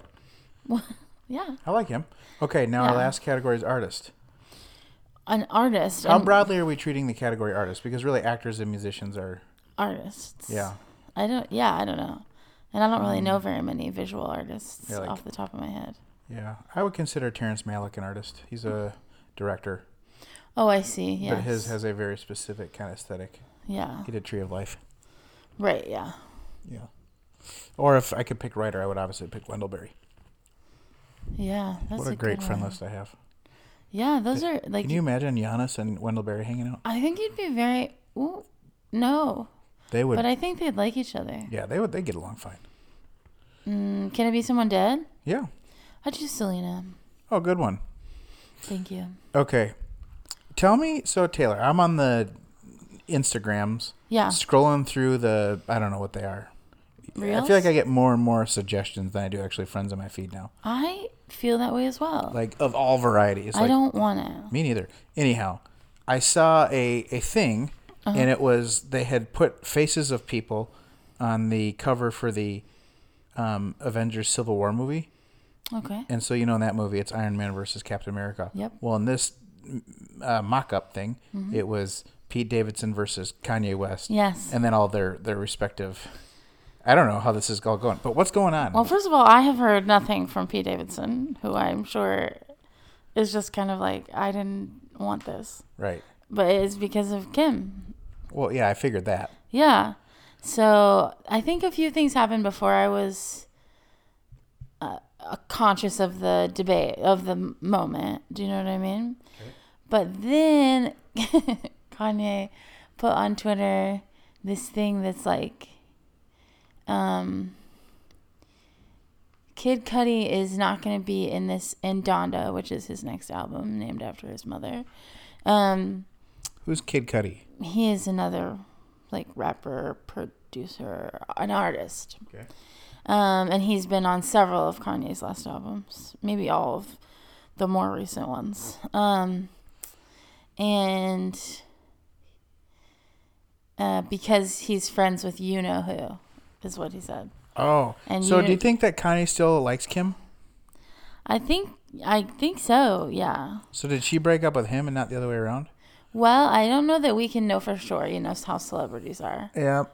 Speaker 2: Yeah,
Speaker 1: I like him. Okay, now our
Speaker 2: Yeah.
Speaker 1: last category is artist.
Speaker 2: an artist.
Speaker 1: How
Speaker 2: an
Speaker 1: broadly are we treating the category artist? Because really, actors and musicians are
Speaker 2: artists.
Speaker 1: yeah. Um,
Speaker 2: I don't yeah, I don't know. And I don't really know very many visual artists
Speaker 1: Yeah, like-
Speaker 2: off the top of my head.
Speaker 1: Yeah, I would consider Terrence Malick an artist. He's a director,
Speaker 2: Oh, I see. Yeah.
Speaker 1: but his has a very specific kind of aesthetic.
Speaker 2: yeah.
Speaker 1: He did Tree of Life.
Speaker 2: Right, yeah.
Speaker 1: Yeah. Or if I could pick writer, I would obviously pick Wendell Berry.
Speaker 2: Yeah, that's
Speaker 1: what a,
Speaker 2: a
Speaker 1: great
Speaker 2: good
Speaker 1: friend
Speaker 2: one.
Speaker 1: list I have.
Speaker 2: Yeah, those are like
Speaker 1: Can you imagine Giannis and Wendell Berry hanging out?
Speaker 2: I think you'd be very ooh, no.
Speaker 1: They would.
Speaker 2: But I think they'd like each other.
Speaker 1: yeah, they would. They get along fine.
Speaker 2: Mm, Can it be someone dead?
Speaker 1: Yeah.
Speaker 2: I choose Selena.
Speaker 1: Oh, good one.
Speaker 2: Thank you.
Speaker 1: Okay. Tell me, so Taylor, I'm on the Instagrams,
Speaker 2: Yeah.
Speaker 1: scrolling through the, I don't know what they are. I
Speaker 2: Reels?
Speaker 1: feel like I get more and more suggestions than I do actually friends on my feed now,
Speaker 2: I feel that way as well.
Speaker 1: like of all varieties.
Speaker 2: I
Speaker 1: like,
Speaker 2: don't want to.
Speaker 1: Me neither. Anyhow, I saw a, a thing,
Speaker 2: Uh-huh.
Speaker 1: and it was they had put faces of people on the cover for the um, Avengers Civil War movie.
Speaker 2: Okay.
Speaker 1: And so, you know, in that movie, it's Iron Man versus Captain America.
Speaker 2: Yep. Mm-hmm.
Speaker 1: Well, in this mm, uh, mock up thing, it was Pete Davidson versus Kanye West.
Speaker 2: Yes.
Speaker 1: And then all their, their respective. I don't know how this is all going, but what's going on?
Speaker 2: Well, first of all, I have heard nothing from P. Davidson, who I'm sure is just kind of like, I didn't want this.
Speaker 1: right.
Speaker 2: But it's because of Kim.
Speaker 1: Well, yeah, I figured that.
Speaker 2: Yeah. So I think a few things happened before I was uh, uh, conscious of the debate, of the m- moment. Do you know what I mean? But then Kanye put on Twitter this thing that's like, um, Kid Cudi is not going to be in this in Donda, which is his next album named after his mother. Um,
Speaker 1: Who's Kid Cudi?
Speaker 2: he is another like rapper, producer, an artist.
Speaker 1: Okay.
Speaker 2: Um, and he's been on several of Kanye's last albums, maybe all of the more recent ones. Um, and uh, because he's friends with you know who, is what he said.
Speaker 1: Oh.
Speaker 2: And
Speaker 1: so,
Speaker 2: you-
Speaker 1: do you think that Kanye still likes Kim?
Speaker 2: I think I think so. Yeah.
Speaker 1: So did she break up with him and not the other way around?
Speaker 2: Well, I don't know that we can know for sure. You know how celebrities are.
Speaker 1: Yeah.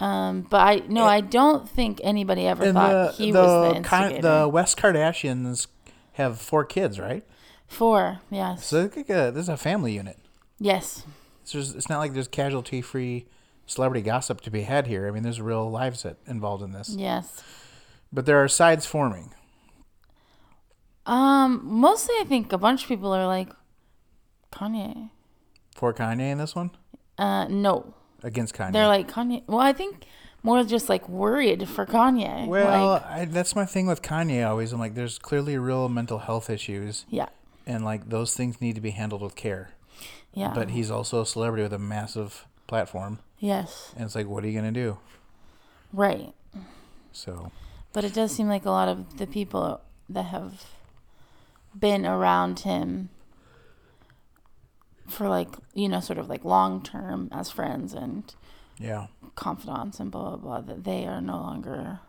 Speaker 2: Um, but I no, I don't think anybody ever
Speaker 1: And
Speaker 2: thought
Speaker 1: the
Speaker 2: he
Speaker 1: the,
Speaker 2: was the
Speaker 1: Ki-
Speaker 2: instigator.
Speaker 1: the West Kardashians have four kids, right?
Speaker 2: Four. Yes.
Speaker 1: So it's like a, this is a family unit.
Speaker 2: yes.
Speaker 1: It's, just, it's not like there's casualty-free celebrity gossip to be had here. I mean, there's real lives that involved in this.
Speaker 2: Yes.
Speaker 1: But there are sides forming.
Speaker 2: Um, mostly I think a bunch of people are like Kanye.
Speaker 1: For Kanye in this one?
Speaker 2: Uh, no,
Speaker 1: Against Kanye.
Speaker 2: they're like Kanye. Well, I think more just like worried for Kanye.
Speaker 1: well,
Speaker 2: like,
Speaker 1: I, that's my thing with Kanye always. I'm like, there's clearly real mental health issues,
Speaker 2: yeah,
Speaker 1: and like those things need to be handled with care.
Speaker 2: yeah,
Speaker 1: But he's also a celebrity with a massive platform,
Speaker 2: yes,
Speaker 1: and it's like, what are you gonna do?
Speaker 2: right.
Speaker 1: So
Speaker 2: But it does seem like a lot of the people that have been around him for like you know sort of like long term as friends and
Speaker 1: yeah,
Speaker 2: confidants and blah blah blah that they are no longer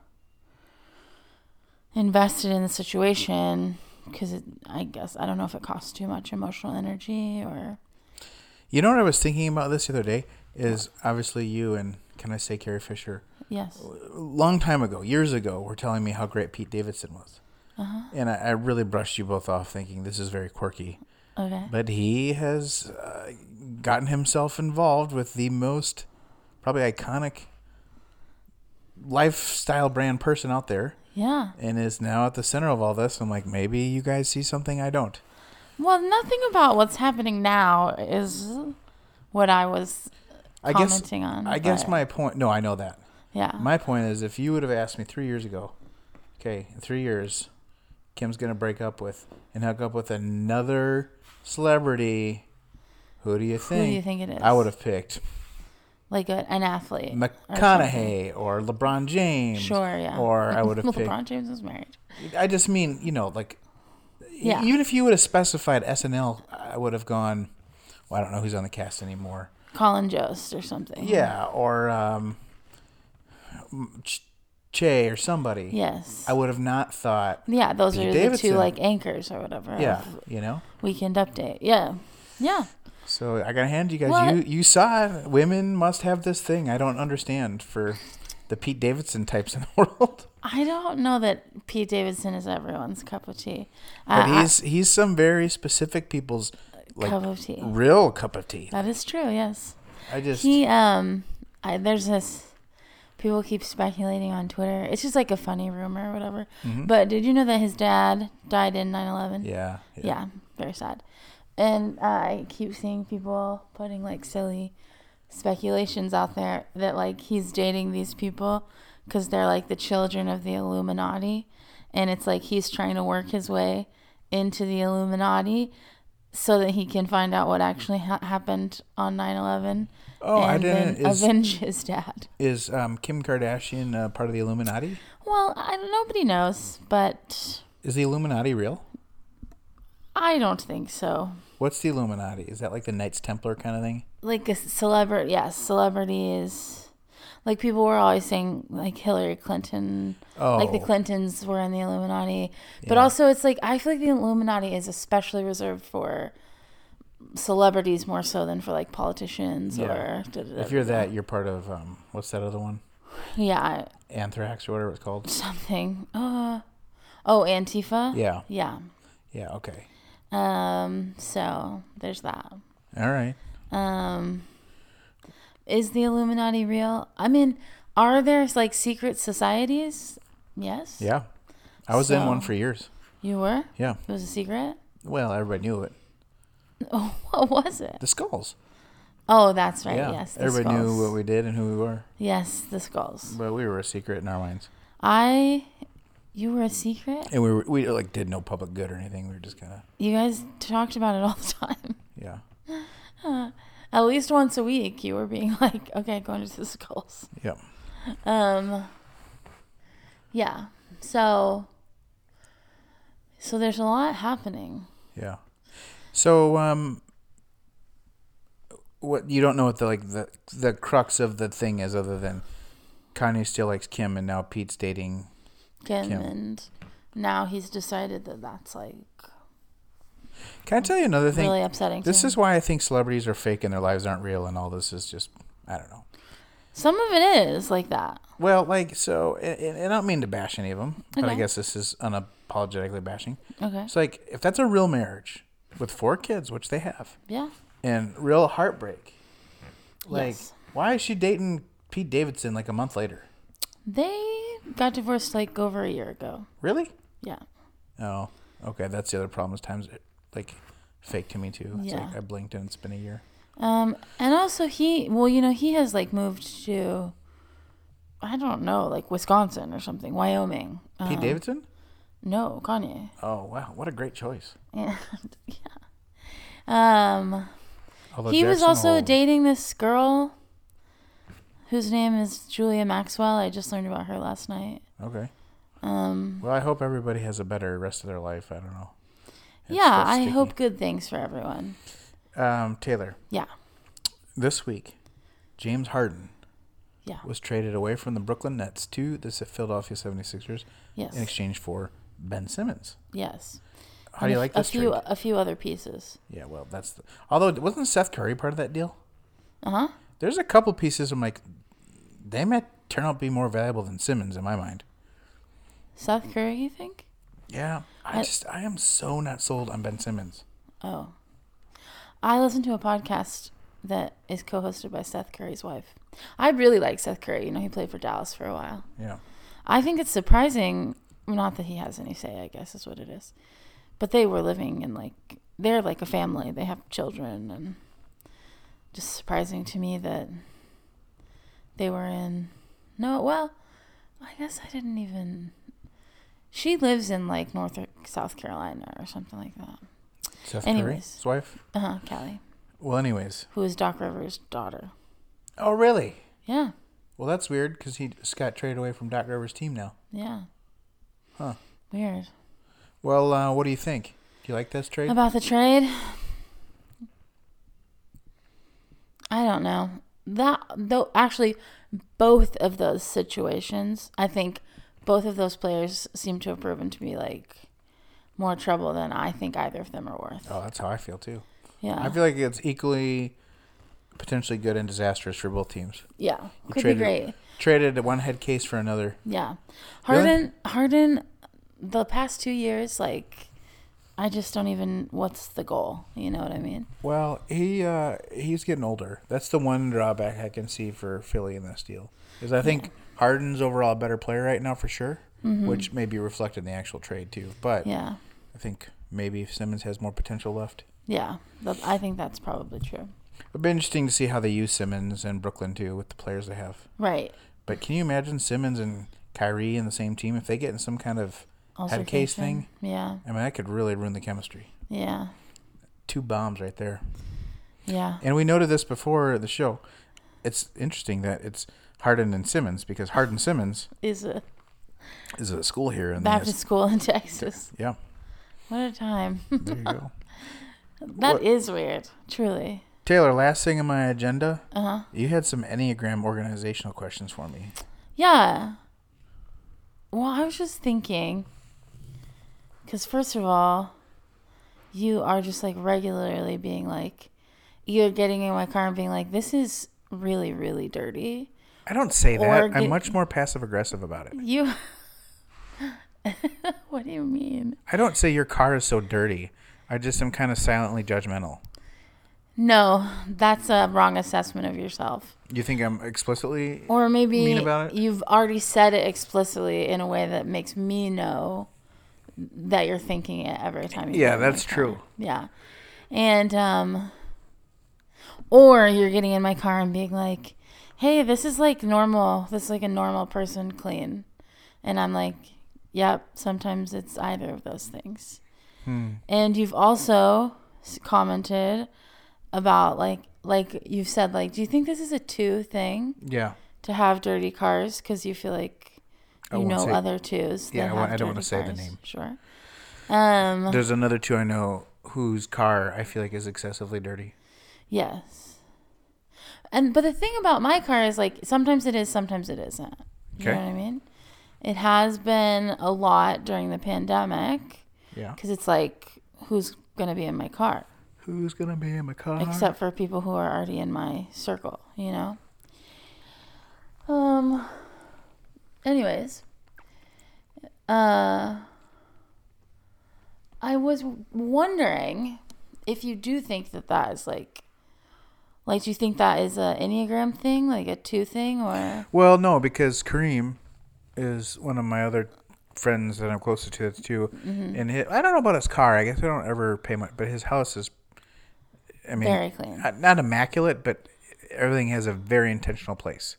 Speaker 2: invested in the situation because I guess I don't know if it costs too much emotional energy or
Speaker 1: you know what I was thinking about this the other day is obviously you and can I say Carrie Fisher?
Speaker 2: yes
Speaker 1: long time ago, years ago, were telling me how great Pete Davidson was.
Speaker 2: Uh-huh.
Speaker 1: And I, I really brushed you both off thinking this is very quirky.
Speaker 2: okay
Speaker 1: But he has uh, gotten himself involved with the most probably iconic lifestyle brand person out there
Speaker 2: yeah
Speaker 1: and is now at the center of all this. I'm like, maybe you guys see something I don't.
Speaker 2: well nothing about what's happening now is what I was
Speaker 1: I guess
Speaker 2: commenting on
Speaker 1: I guess
Speaker 2: but-
Speaker 1: my point no, I know that.
Speaker 2: yeah
Speaker 1: My point is if you would have asked me 3 years ago, okay, in 3 years, Kim's gonna break up with and hook up with another celebrity. Who do you think?
Speaker 2: you think it is?
Speaker 1: I would have picked
Speaker 2: like a, an athlete. or something.
Speaker 1: McConaughey or, LeBron James.
Speaker 2: Sure, yeah.
Speaker 1: Or I would have
Speaker 2: Well,
Speaker 1: picked.
Speaker 2: LeBron James was married.
Speaker 1: I just mean, you know, like, e-
Speaker 2: Yeah.
Speaker 1: even if you would have specified SNL, I would have gone, well, I don't know who's on the cast anymore.
Speaker 2: Colin Jost or something.
Speaker 1: Yeah, or um, Ch- Che or somebody.
Speaker 2: Yes.
Speaker 1: I would have not thought,
Speaker 2: yeah, those
Speaker 1: Pete
Speaker 2: are the
Speaker 1: Davidson.
Speaker 2: two like anchors or whatever.
Speaker 1: yeah,
Speaker 2: of
Speaker 1: you know?
Speaker 2: Weekend Update. Yeah. Yeah.
Speaker 1: So I gotta hand you guys,
Speaker 2: What?
Speaker 1: you you saw it. Women must have this thing. I don't understand for the Pete Davidson types in the world.
Speaker 2: I don't know that Pete Davidson is everyone's cup of tea. Uh,
Speaker 1: But
Speaker 2: I- I-
Speaker 1: he's he's some very specific people's like
Speaker 2: Cup of tea.
Speaker 1: real cup of tea.
Speaker 2: that is true. Yes.
Speaker 1: I just
Speaker 2: He um, I, there's this. People keep speculating on Twitter. It's just like a funny rumor or whatever. But did you know that his dad died in 9/11?
Speaker 1: Mm-hmm. yeah,
Speaker 2: Yeah, very sad. And I keep seeing people putting like silly speculations out there that like he's dating these people because they're like the children of the Illuminati. And it's like he's trying to work his way into the Illuminati so that he can find out what actually ha- happened on 9 11.
Speaker 1: Oh, I didn't-
Speaker 2: Then
Speaker 1: is-
Speaker 2: avenge his dad.
Speaker 1: Is um, Kim Kardashian uh, part of the Illuminati?
Speaker 2: Well, I, nobody knows, but
Speaker 1: Is the Illuminati real?
Speaker 2: I don't think so.
Speaker 1: What's the Illuminati? Is that like the Knights Templar kind of thing?
Speaker 2: like a celebrity yes celebrity is like people were always saying like hillary clinton like the
Speaker 1: Oh.
Speaker 2: clintons were in the illuminati but also it's like i feel like the illuminati is especially reserved for celebrities more so than for like politicians
Speaker 1: Yeah.
Speaker 2: or da, da, da,
Speaker 1: If you're that, you're part of um, what's that other one?
Speaker 2: yeah
Speaker 1: Anthrax or whatever it's called.
Speaker 2: something uh oh antifa
Speaker 1: Yeah.
Speaker 2: yeah
Speaker 1: Yeah. Okay.
Speaker 2: um so there's that
Speaker 1: All right.
Speaker 2: Um, is the Illuminati real? I mean, are there like secret societies? Yes.
Speaker 1: Yeah. I was in
Speaker 2: So-
Speaker 1: one for years.
Speaker 2: You were?
Speaker 1: Yeah.
Speaker 2: It was a secret?
Speaker 1: Well, everybody knew it.
Speaker 2: Oh, what was it?
Speaker 1: The skulls.
Speaker 2: Oh, that's right.
Speaker 1: yeah.
Speaker 2: Yes. The
Speaker 1: everybody
Speaker 2: skulls.
Speaker 1: knew what we did and who we were,
Speaker 2: Yes, the skulls.
Speaker 1: but we were a secret in our minds,
Speaker 2: I. You were a secret?
Speaker 1: and we were, we like did no public good or anything. We were just kind of
Speaker 2: You guys talked about it all the time.
Speaker 1: yeah,
Speaker 2: At least once a week, you were being like, okay, going to the skulls.
Speaker 1: yeah.
Speaker 2: Um. Yeah. So. So there's a lot happening.
Speaker 1: Yeah. So, um, what you don't know what the like the the crux of the thing is, other than Kanye still likes Kim, and now Pete's dating.
Speaker 2: Kim,
Speaker 1: Kim.
Speaker 2: and now he's decided that that's like
Speaker 1: Can I tell you another thing?
Speaker 2: really upsetting.
Speaker 1: This
Speaker 2: to him.
Speaker 1: is why I think celebrities are fake and their lives aren't real, and all this is just I don't know.
Speaker 2: some of it is like that.
Speaker 1: Well, like so, and, and I don't mean to bash any of them, but I
Speaker 2: Okay.
Speaker 1: guess this is unapologetically bashing.
Speaker 2: Okay,
Speaker 1: It's like if that's a real marriage with four kids, which they have,
Speaker 2: yeah,
Speaker 1: and real heartbreak. Like,
Speaker 2: Yes.
Speaker 1: why is she dating Pete Davidson like a month later?
Speaker 2: they got divorced like over a year ago.
Speaker 1: Really?
Speaker 2: Yeah,
Speaker 1: Oh, okay. That's the other problem. Is times it, like fake to me too. It's
Speaker 2: Yeah.
Speaker 1: like I blinked and it's been a year.
Speaker 2: um, and also he, well, you know, he has like moved to, I don't know, like Wisconsin or something, Wyoming. Um,
Speaker 1: Pete Davidson.
Speaker 2: no, Kanye.
Speaker 1: Oh wow, what a great choice.
Speaker 2: And yeah, um,
Speaker 1: Although
Speaker 2: he was
Speaker 1: Jackson
Speaker 2: also
Speaker 1: Hole-
Speaker 2: dating this girl whose name is Julia Maxwell. I just learned about her last night.
Speaker 1: Okay.
Speaker 2: Um,
Speaker 1: Well, I hope everybody has a better rest of their life. I don't know. It's
Speaker 2: yeah,
Speaker 1: still
Speaker 2: I
Speaker 1: sticky.
Speaker 2: hope good things for everyone.
Speaker 1: Um, Taylor,
Speaker 2: Yeah,
Speaker 1: this week, James Harden
Speaker 2: yeah,
Speaker 1: was traded away from the Brooklyn Nets to the Philadelphia 76ers
Speaker 2: yes,
Speaker 1: in exchange for Ben Simmons.
Speaker 2: yes.
Speaker 1: How do you like
Speaker 2: a
Speaker 1: this
Speaker 2: few, uh,
Speaker 1: trade?
Speaker 2: a few other pieces.
Speaker 1: Yeah, well, that's the, although wasn't Seth Curry part of that deal?
Speaker 2: Uh huh.
Speaker 1: There's a couple pieces I'm like, they might turn out to be more valuable than Simmons in my mind.
Speaker 2: South Korea, you think?
Speaker 1: Yeah, I
Speaker 2: I-
Speaker 1: just I am so not sold on Ben Simmons.
Speaker 2: Oh, I listened to a podcast that is co-hosted by Seth Curry's wife. I really like Seth Curry. You know, he played for Dallas for a while.
Speaker 1: Yeah,
Speaker 2: I think it's surprising, not that he has any say, I guess is what it is. But they were living in like they're like a family. They have children and just surprising to me that they were in No, well, I guess I didn't even She lives in like North or South Carolina or something like that.
Speaker 1: Seth
Speaker 2: Anyways.
Speaker 1: Curry's wife.
Speaker 2: Uh huh, Callie,
Speaker 1: Well, anyways.
Speaker 2: who is Doc Rivers' daughter.
Speaker 1: Oh, really?
Speaker 2: Yeah,
Speaker 1: Well, that's weird because he just got traded away from Doc Rivers' team now.
Speaker 2: yeah.
Speaker 1: Huh.
Speaker 2: Weird.
Speaker 1: Well, uh, what do you think? Do you like this trade?
Speaker 2: About the trade? I don't know. That though actually both of those situations, I think both of those players seem to have proven to be like more trouble than I think either of them are worth.
Speaker 1: oh, that's how I feel too.
Speaker 2: yeah.
Speaker 1: I feel like it's equally potentially good and disastrous for both teams.
Speaker 2: yeah.
Speaker 1: You
Speaker 2: Could be
Speaker 1: traded-
Speaker 2: great.
Speaker 1: Traded one head case for another.
Speaker 2: Yeah.
Speaker 1: Really?
Speaker 2: Harden Harden the past 2 years like I just don't even what's the goal, you know what I mean?
Speaker 1: Well, he uh, he's getting older. That's the one drawback I can see for Philly in this deal. Is I think Harden's overall a better player right now for sure, which may be reflected in the actual trade too. But
Speaker 2: Mm-hmm. Yeah.
Speaker 1: I think maybe Simmons has more potential left.
Speaker 2: Yeah. That, I think that's probably true.
Speaker 1: It'd be interesting to see how they use Simmons and Brooklyn too with the players they have.
Speaker 2: Right.
Speaker 1: But can you imagine Simmons and Kyrie in the same team if they get in some kind of head case
Speaker 2: Altercation.
Speaker 1: thing?
Speaker 2: Yeah,
Speaker 1: I mean, that could really ruin the chemistry.
Speaker 2: yeah,
Speaker 1: Two bombs right there.
Speaker 2: yeah,
Speaker 1: And we noted this before the show. It's interesting that it's Harden and Simmons because Harden Simmons
Speaker 2: is a
Speaker 1: is at a school here in
Speaker 2: back to
Speaker 1: the
Speaker 2: school in Texas.
Speaker 1: yeah.
Speaker 2: What a time!
Speaker 1: There you go.
Speaker 2: that
Speaker 1: What-
Speaker 2: is weird, truly.
Speaker 1: Taylor, last thing on my agenda,
Speaker 2: Uh huh.
Speaker 1: you had some Enneagram organizational questions for me.
Speaker 2: Yeah. Well, I was just thinking, because first of all, you are just like regularly being like, you're getting in my car and being like, this is really, really dirty.
Speaker 1: I don't say that.
Speaker 2: Orga-
Speaker 1: I'm much more passive aggressive about it.
Speaker 2: You. what do you mean?
Speaker 1: I don't say your car is so dirty. I just am kind of silently judgmental.
Speaker 2: No, that's a wrong assessment of yourself.
Speaker 1: You think I'm explicitly
Speaker 2: Or maybe
Speaker 1: mean about it?
Speaker 2: you've already said it explicitly in a way that makes me know that you're thinking it every time you
Speaker 1: Yeah,
Speaker 2: get in my
Speaker 1: that's
Speaker 2: car.
Speaker 1: true.
Speaker 2: Yeah. And um or you're getting in my car and being like, "Hey, this is like normal. This is like a normal person clean." And I'm like, "Yep, sometimes it's either of those things."
Speaker 1: Hmm.
Speaker 2: And you've also s- commented about like like you've said like, "Do you think this is a two thing?"
Speaker 1: Yeah.
Speaker 2: to have dirty cars because you feel like
Speaker 1: I
Speaker 2: you
Speaker 1: won't
Speaker 2: know
Speaker 1: say-
Speaker 2: other twos.
Speaker 1: Yeah,
Speaker 2: that
Speaker 1: I wa-
Speaker 2: have
Speaker 1: I don't wanna
Speaker 2: dirty
Speaker 1: say the
Speaker 2: cars.
Speaker 1: name.
Speaker 2: Sure. Um.
Speaker 1: There's another two I know whose car I feel like is excessively dirty.
Speaker 2: Yes. And but the thing about my car is like sometimes it is, sometimes it isn't. You
Speaker 1: Okay.
Speaker 2: know what I mean? It has been a lot during the pandemic
Speaker 1: Yeah.
Speaker 2: because it's like who's gonna be in my car
Speaker 1: Who's gonna be in my car?
Speaker 2: except for people who are already in my circle. You know. Um. Anyways. Uh. I was wondering if you do think that that is like, like, do you think that is a enneagram thing, like a two thing, or
Speaker 1: Well, no, because Kareem is one of my other friends that I'm closer to. That's too,
Speaker 2: Mm-hmm.
Speaker 1: and his, I don't know about his car. I guess I don't ever pay much, but his house is, I mean,
Speaker 2: Very clean.
Speaker 1: Not, not immaculate, but everything has a very intentional place.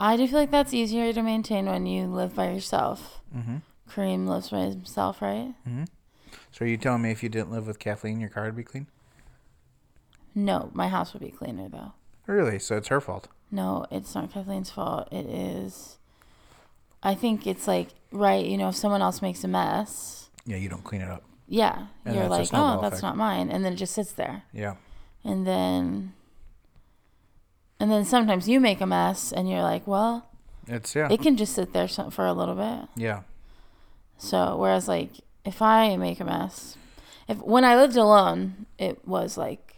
Speaker 2: I do feel like that's easier to maintain when you live by yourself. Mm-hmm. Kareem lives by himself, right?
Speaker 1: Mm-hmm. So are you telling me if you didn't live with Kathleen, your car would be clean?
Speaker 2: No, my house would be cleaner though.
Speaker 1: Really? So it's her fault.
Speaker 2: No, it's not Kathleen's fault. It is. I think it's like right. You know, if someone else makes a mess,
Speaker 1: Yeah, you don't clean it up.
Speaker 2: yeah,
Speaker 1: And
Speaker 2: you're
Speaker 1: that's a
Speaker 2: like,
Speaker 1: snowball
Speaker 2: oh, that's
Speaker 1: effect.
Speaker 2: not mine, and then it just sits there.
Speaker 1: Yeah.
Speaker 2: and then and then sometimes you make a mess and you're like well
Speaker 1: It's yeah.
Speaker 2: it can just sit there so- for a little bit
Speaker 1: yeah.
Speaker 2: so whereas like if i make a mess if when i lived alone it was like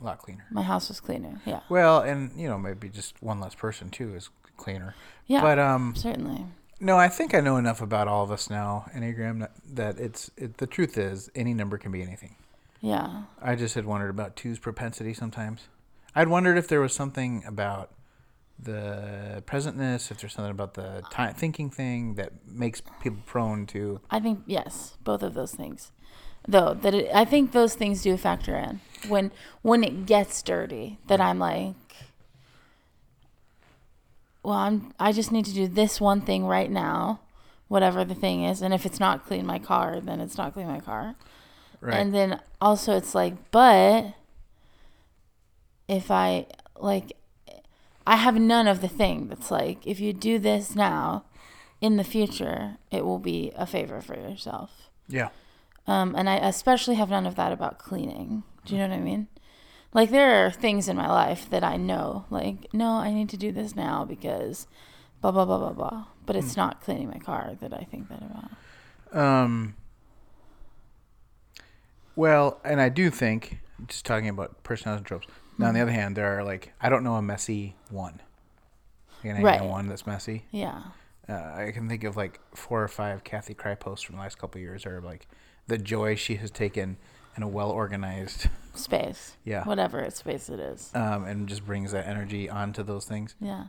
Speaker 1: A lot cleaner.
Speaker 2: my house was cleaner yeah
Speaker 1: Well, and you know, maybe just one less person too is cleaner.
Speaker 2: yeah
Speaker 1: But um
Speaker 2: certainly
Speaker 1: no, I think I know enough about all of us now, Enneagram, that, that it's it, the truth is any number can be anything.
Speaker 2: yeah
Speaker 1: I just had wondered about two's propensity sometimes. I'd wondered if there was something about the presentness, if there's something about the time thinking thing that makes people prone to.
Speaker 2: i think yes both of those things though that it, i think those things do factor in when when it gets dirty that i'm like well i'm i just need to do this one thing right now whatever the thing is. And if it's not clean my car, then it's not clean my car.
Speaker 1: Right.
Speaker 2: And then also it's like, but if I like I have none of the thing that's like if you do this now, in the future it will be a favor for yourself.
Speaker 1: yeah.
Speaker 2: Um, and I especially have none of that about cleaning. Do you know what I mean? Like there are things in my life that I know, like no, I need to do this now because blah blah blah blah blah. But
Speaker 1: Hmm.
Speaker 2: it's not cleaning my car that I think that about.
Speaker 1: Um. Well, and I do think just talking about personality tropes. Now,
Speaker 2: Mm-hmm.
Speaker 1: on the other hand, there are like I don't know a messy one. Like, I know
Speaker 2: Right.
Speaker 1: one that's messy.
Speaker 2: Yeah,
Speaker 1: Uh, I can think of like four or five Kathy Cry posts from the last couple of years are like the joy she has taken in a well organized
Speaker 2: space.
Speaker 1: Yeah.
Speaker 2: whatever space it is.
Speaker 1: um, and just brings that energy onto those things.
Speaker 2: Yeah,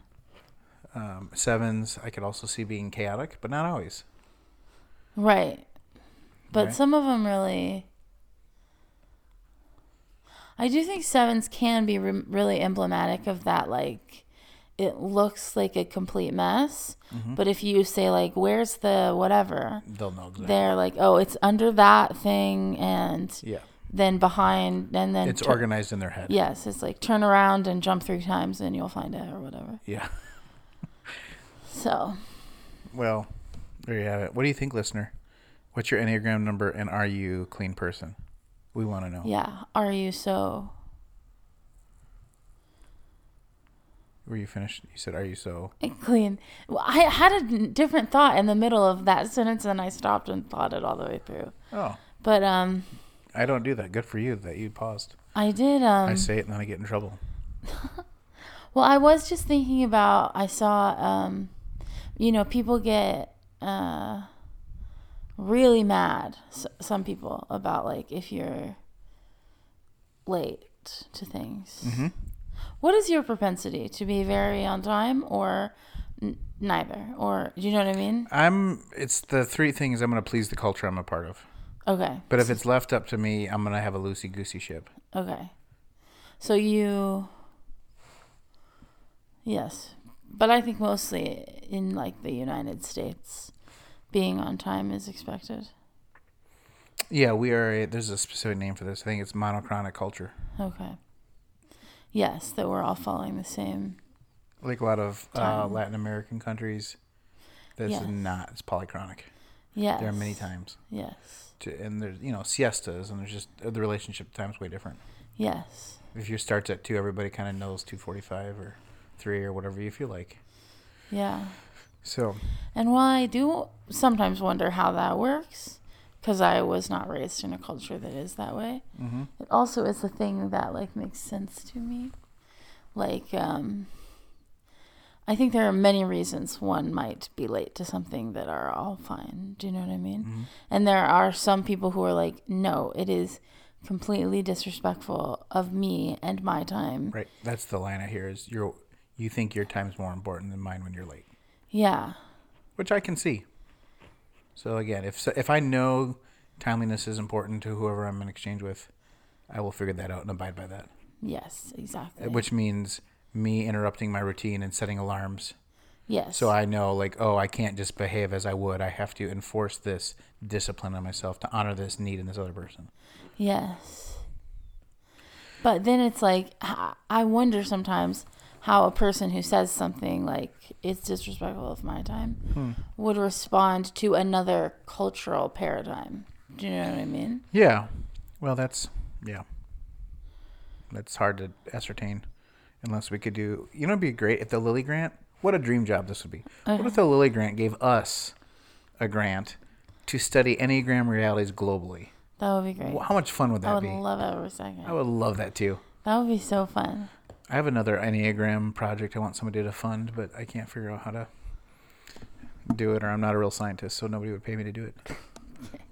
Speaker 1: Um, sevens, I could also see being chaotic, but not always.
Speaker 2: right. But
Speaker 1: Right.
Speaker 2: some of them really. I do think sevens can be re- really emblematic of that. Like, it looks like a complete mess,
Speaker 1: Mm-hmm.
Speaker 2: but if you say like, "Where's the whatever,"
Speaker 1: They'll know exactly.
Speaker 2: they're like, "Oh, it's under that thing," and
Speaker 1: yeah,
Speaker 2: then behind, and then
Speaker 1: it's
Speaker 2: tur-
Speaker 1: organized in their head.
Speaker 2: Yes, it's like turn around and jump three times, and you'll find it or whatever.
Speaker 1: yeah.
Speaker 2: So
Speaker 1: Well, there you have it. What do you think, listener? What's your Enneagram number and are you a clean person? We want to know.
Speaker 2: yeah, are you so?
Speaker 1: Were you finished? You said, Are you so?
Speaker 2: and clean. Well, I had a n- different thought in the middle of that sentence, and I stopped and thought it all the way through.
Speaker 1: Oh,
Speaker 2: But um,
Speaker 1: I don't do that. Good for you that you paused.
Speaker 2: I did. Um,
Speaker 1: I say it and then I get in trouble.
Speaker 2: Well, I was just thinking about. I saw, um, you know, people get uh, really mad. S- some people about like if you're late to things. What is your propensity to be very on time or n- neither? Or do you know what I mean?
Speaker 1: I'm, it's the three things I'm going to please the culture I'm a part of.
Speaker 2: Okay.
Speaker 1: But if it's left up to me, I'm going to have a loosey goosey ship.
Speaker 2: Okay. So you. Yes. But I think mostly in like the United States, being on time is expected.
Speaker 1: Yeah, we are, a, there's a specific name for this. I think it's monochronic culture.
Speaker 2: Okay. Yes, that we're all following the same.
Speaker 1: Like a lot of uh, Latin American countries, that's
Speaker 2: Yes.
Speaker 1: not, it's polychronic.
Speaker 2: Yes.
Speaker 1: There are many times.
Speaker 2: Yes.
Speaker 1: to, and there's you know siestas and there's just uh, the relationship time's way different
Speaker 2: Yes.
Speaker 1: if your starts at 2 everybody kind of knows 245 or 3 or whatever you feel like
Speaker 2: Yeah.
Speaker 1: so
Speaker 2: And while I do sometimes wonder how that works, because I was not raised in a culture that is that way,
Speaker 1: Mm-hmm.
Speaker 2: it also is a thing that like makes sense to me. Like, um, I think there are many reasons one might be late to something that are all fine. Do you know what I mean?
Speaker 1: Mm-hmm.
Speaker 2: And there are some people who are like, no, it is completely disrespectful of me and my time.
Speaker 1: right that's the line i hear is you're you think your time's more important than mine when you're late
Speaker 2: Yeah.
Speaker 1: which i can see so again if so, if i know timeliness is important to whoever i'm in exchange with i will figure that out and abide by that
Speaker 2: Yes. Exactly.
Speaker 1: which means me interrupting my routine and setting alarms
Speaker 2: yes.
Speaker 1: So I know, like, oh, I can't just behave as I would. I have to enforce this discipline on myself to honor this need in this other person.
Speaker 2: Yes. But then it's like h- I wonder sometimes how a person who says something like it's disrespectful of my time
Speaker 1: Hmm.
Speaker 2: would respond to another cultural paradigm. Do you know what I mean?
Speaker 1: Yeah. Well, that's, yeah. That's hard to ascertain unless we could do, you know, it'd be great if the Lilly Grant, what a dream job this would be. What if the Lilly Grant gave us a grant to study Enneagram realities globally?
Speaker 2: That would be great.
Speaker 1: Well, How much fun would
Speaker 2: I
Speaker 1: that
Speaker 2: would
Speaker 1: be?
Speaker 2: love every second.
Speaker 1: I would love that too.
Speaker 2: that would be so fun.
Speaker 1: I have another Enneagram project I want somebody to fund, but I can't figure out how to do it, or I'm not a real scientist, so nobody would pay me to do it.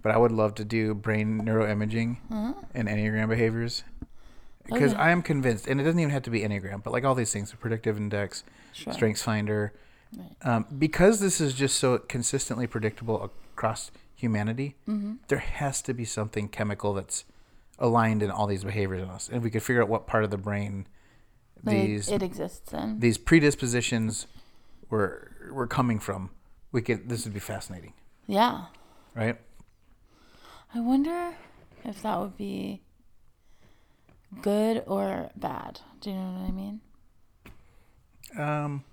Speaker 1: But I would love to do brain neuroimaging
Speaker 2: Mm-hmm.
Speaker 1: and Enneagram behaviors. Because
Speaker 2: Okay.
Speaker 1: I am convinced, and it doesn't even have to be Enneagram, but like all these things, the predictive index,
Speaker 2: Sure.
Speaker 1: strengths finder,
Speaker 2: Right.
Speaker 1: um, because this is just so consistently predictable across humanity,
Speaker 2: Mm-hmm.
Speaker 1: there has to be something chemical that's aligned in all these behaviors in us. And if we could figure out what part of the brain
Speaker 2: Like, it-
Speaker 1: these
Speaker 2: it exists in.
Speaker 1: these predispositions were were coming from, we could this would be fascinating.
Speaker 2: Yeah.
Speaker 1: right?
Speaker 2: I wonder if that would be good or bad. Do you know what I mean?
Speaker 1: Um,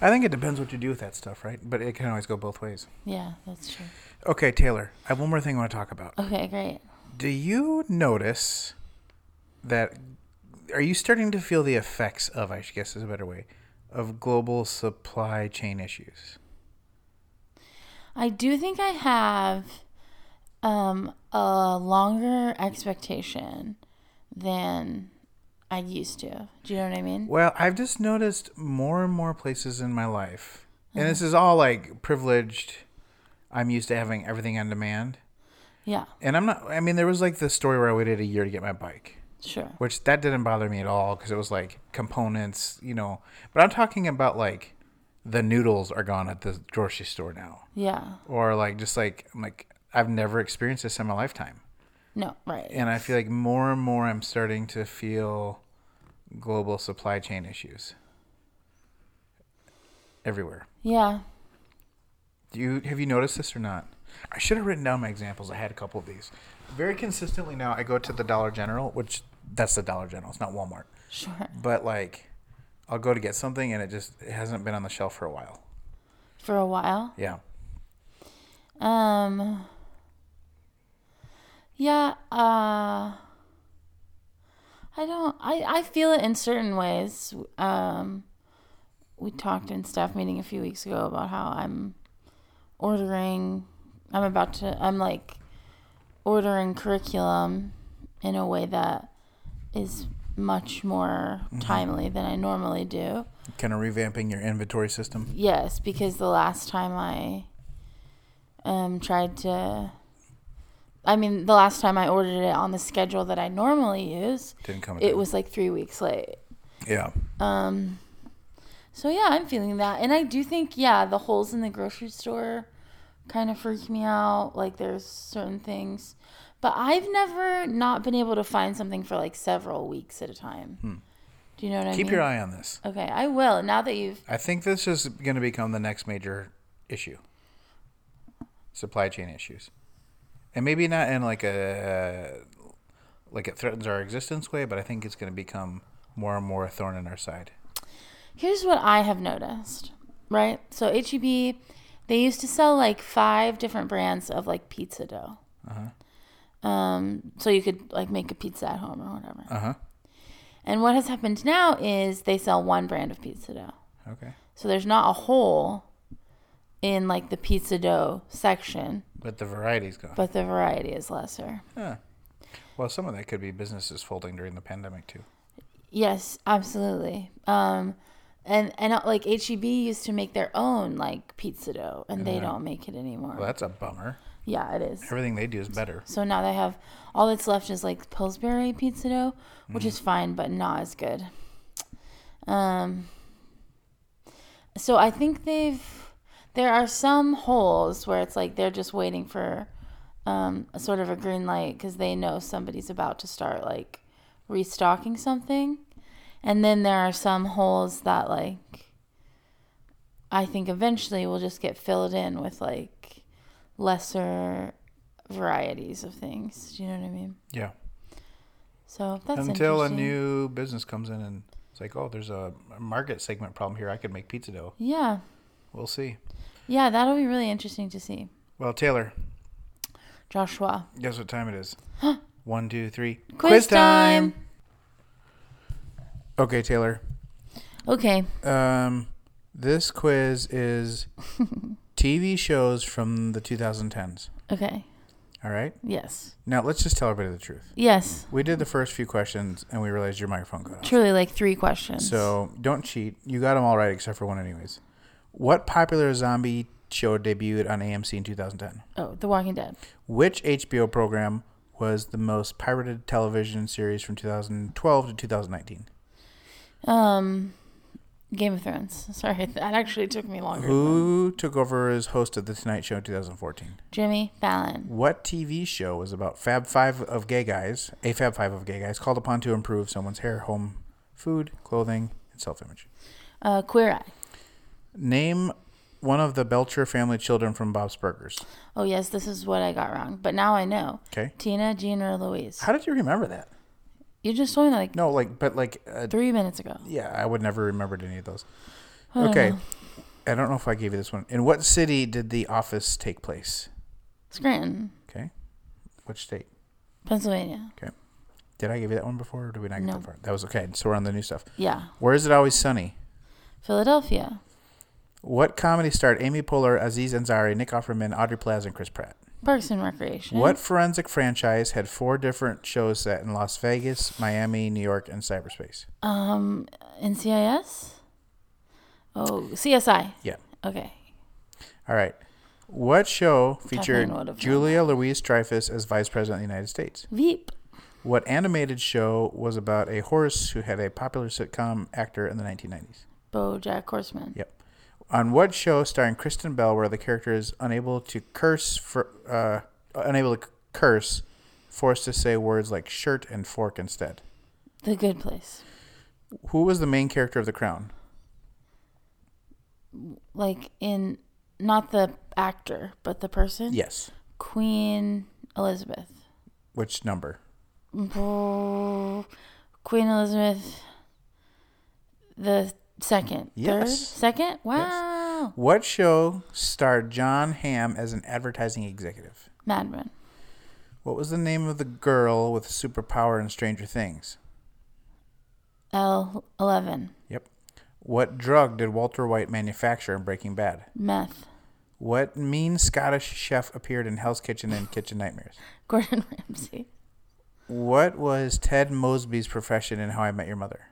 Speaker 1: I think it depends what you do with that stuff, right? But it can always go both ways.
Speaker 2: Yeah, that's true.
Speaker 1: Okay, Taylor, I have one more thing I want to talk about.
Speaker 2: Okay, great.
Speaker 1: Do you notice that? Are you starting to feel the effects of, I guess is a better way, of global supply chain issues?
Speaker 2: I do think I have um, a longer expectation than I used to. Do you know what I mean?
Speaker 1: Well, I've just noticed more and more places in my life, and this is all like privileged. I'm used to having everything on demand.
Speaker 2: Yeah,
Speaker 1: And I'm not, I mean, there was like the story where I waited a year to get my bike.
Speaker 2: sure.
Speaker 1: which that didn't bother me at all because it was like components, you know. But I'm talking about like the noodles are gone at the grocery store now,
Speaker 2: Yeah.
Speaker 1: or like just like I'm like I've never experienced this in my lifetime,
Speaker 2: No, right.
Speaker 1: and I feel like more and more I'm starting to feel global supply chain issues everywhere.
Speaker 2: Yeah.
Speaker 1: Do you have you noticed this or not? I should have written down my examples. I had a couple of these. Very consistently now, I go to the Dollar General, which that's the Dollar General. It's not Walmart.
Speaker 2: Sure.
Speaker 1: but like I'll go to get something and it just it hasn't been on the shelf for a while.
Speaker 2: For a while.
Speaker 1: Yeah.
Speaker 2: Um. Yeah. Uh. I don't. I I feel it in certain ways. Um. We talked in staff meeting a few weeks ago about how I'm ordering. I'm about to. I'm like ordering curriculum in a way that is much more timely than I normally do.
Speaker 1: Kind of revamping your inventory system.
Speaker 2: Yes, because the last time I um tried to I mean, the last time I ordered it on the schedule that I normally use,
Speaker 1: Didn't come
Speaker 2: it was like 3 weeks late.
Speaker 1: Yeah.
Speaker 2: Um so yeah, I'm feeling that. And I do think yeah, the holes in the grocery store kind of freak me out. Like there's certain things, but I've never not been able to find something for like several weeks at a time. Do you know what I mean?
Speaker 1: Hmm. Keep your eye on this.
Speaker 2: Okay, I will. Now that you've
Speaker 1: I think this is going to become the next major issue. Supply chain issues. And maybe not in like a like it threatens our existence way, but I think it's going to become more and more a thorn in our side.
Speaker 2: Here's what I have noticed, right? So HEB, they used to sell like five different brands of like pizza dough. Um, so you could like make a pizza at home or whatever.
Speaker 1: Uh-huh.
Speaker 2: And what has happened now is they sell one brand of pizza dough.
Speaker 1: Okay.
Speaker 2: So there's not a hole in like the pizza dough section,
Speaker 1: But the variety's gone.
Speaker 2: but the variety is lesser.
Speaker 1: Huh. Well, some of that could be businesses folding during the pandemic too.
Speaker 2: Yes, absolutely. Um, and and uh, like HEB used to make their own like pizza dough, and they don't make it anymore.
Speaker 1: Well, that's a bummer.
Speaker 2: yeah, it is.
Speaker 1: Everything they do is better.
Speaker 2: So now they have all that's left is like Pillsbury pizza dough, which is fine but not as good. Um so I think they've there are some holes where it's like they're just waiting for um a sort of a green light cuz they know somebody's about to start like restocking something. And then there are some holes that like I think eventually will just get filled in with like lesser varieties of things. Do you know what I mean?
Speaker 1: Yeah.
Speaker 2: So that's
Speaker 1: Until a
Speaker 2: interesting.
Speaker 1: new business comes in and it's like, oh, there's a market segment problem here. I could make pizza dough.
Speaker 2: yeah,
Speaker 1: We'll see.
Speaker 2: yeah, that'll be really interesting to see.
Speaker 1: Well, Taylor,
Speaker 2: Joshua,
Speaker 1: guess what time it is? One, two, three.
Speaker 2: quiz, time.
Speaker 1: Okay, Taylor.
Speaker 2: Okay,
Speaker 1: Um, this quiz is TV shows from the 2010s.
Speaker 2: okay,
Speaker 1: All right.
Speaker 2: yes,
Speaker 1: Now let's just tell everybody the truth.
Speaker 2: yes.
Speaker 1: We did the first few questions and we realized your microphone cut off.
Speaker 2: Truly, like three questions.
Speaker 1: So don't cheat. You got them all right except for one, anyways. What popular zombie show debuted on AMC in 2010?
Speaker 2: oh, The Walking Dead.
Speaker 1: Which HBO program was the most pirated television series from 2012 to 2019?
Speaker 2: Um, Game of Thrones. Sorry, that actually took me longer.
Speaker 1: Who took over as host of The Tonight Show in 2014?
Speaker 2: Jimmy Fallon.
Speaker 1: What TV show was about Fab Five of gay guys, a Fab Five of gay guys, called upon to improve someone's hair, home, food, clothing, and self image?
Speaker 2: Uh, Queer Eye.
Speaker 1: Name one of the Belcher family children from Bob's Burgers.
Speaker 2: Oh yes, this is what I got wrong, but now I know.
Speaker 1: Okay.
Speaker 2: Tina, Gina, or Louise.
Speaker 1: How did you remember that?
Speaker 2: You just told me like
Speaker 1: No, like, but like, uh,
Speaker 2: three minutes ago.
Speaker 1: yeah, I would never remembered any of those.
Speaker 2: I don't
Speaker 1: okay.
Speaker 2: know.
Speaker 1: I don't know if I gave you this one. In what city did The Office take place?
Speaker 2: Scranton,
Speaker 1: Okay. Which state?
Speaker 2: Pennsylvania.
Speaker 1: Okay. Did I give you that one before or did we not get
Speaker 2: No.
Speaker 1: that far? That was okay. So we're on the new stuff.
Speaker 2: Yeah,
Speaker 1: Where is it always sunny?
Speaker 2: Philadelphia.
Speaker 1: What comedy starred Amy Poehler, Aziz Ansari, Nick Offerman, Audrey Plaza, and Chris Pratt?
Speaker 2: Parks and Recreation.
Speaker 1: What forensic franchise had four different shows set in Las Vegas, Miami, New York, and cyberspace?
Speaker 2: Um, NCIS. Oh, CSI.
Speaker 1: Yeah.
Speaker 2: Okay.
Speaker 1: All right. What show
Speaker 2: Kathleen would have known
Speaker 1: featured Julia Louise Dreyfus as Vice President of the United States?
Speaker 2: Veep.
Speaker 1: What animated show was about a horse who had a popular sitcom actor in the 1990s?
Speaker 2: BoJack Horseman.
Speaker 1: Yep. On what show starring Kristen Bell where the character is unable to curse for uh, unable to curse, forced to say words like shirt and fork instead?
Speaker 2: The Good Place.
Speaker 1: Who was the main character of The Crown?
Speaker 2: Like in not the actor, but the person.
Speaker 1: Yes.
Speaker 2: Queen Elizabeth.
Speaker 1: Which number?
Speaker 2: Bro- Queen Elizabeth the second. Third?
Speaker 1: Yes.
Speaker 2: Second? Wow.
Speaker 1: What show starred John Hamm as an advertising executive?
Speaker 2: Madman.
Speaker 1: What was the name of the girl with superpower in Stranger Things?
Speaker 2: L eleven.
Speaker 1: Yep. What drug did Walter White manufacture in Breaking Bad?
Speaker 2: Meth.
Speaker 1: What mean Scottish chef appeared in Hell's Kitchen and Kitchen Nightmares?
Speaker 2: Gordon Ramsay.
Speaker 1: What was Ted Mosby's profession in How I Met Your Mother?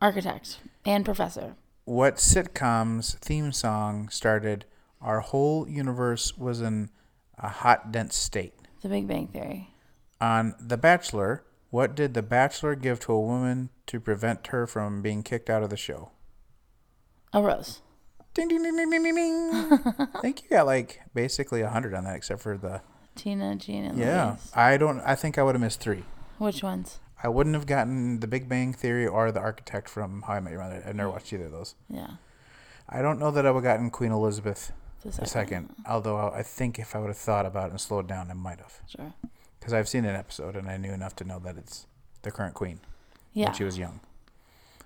Speaker 2: Architect and professor.
Speaker 1: What sitcom's theme song started Our Whole Universe Was in a Hot, Dense State?
Speaker 2: The Big Bang Theory.
Speaker 1: On The Bachelor, what did The Bachelor give to a woman to prevent her from being kicked out of the show?
Speaker 2: A Oh, rose.
Speaker 1: Ding, ding, ding, ding, ding, ding, ding. I think you got like basically 100 on that, except for the.
Speaker 2: Tina, Jean, and
Speaker 1: Yeah.
Speaker 2: Louise.
Speaker 1: I don't. I think I would have missed three.
Speaker 2: Which ones?
Speaker 1: I wouldn't have gotten The Big Bang Theory or The Architect from How I Met Your Mother. I've never watched either of those.
Speaker 2: Yeah.
Speaker 1: I don't know that I would have gotten Queen Elizabeth
Speaker 2: The
Speaker 1: II, although I I think if I would have thought about it and slowed down, I might have.
Speaker 2: Sure.
Speaker 1: Because I've seen an episode and I knew enough to know that it's the current queen
Speaker 2: Yeah.
Speaker 1: when she was young.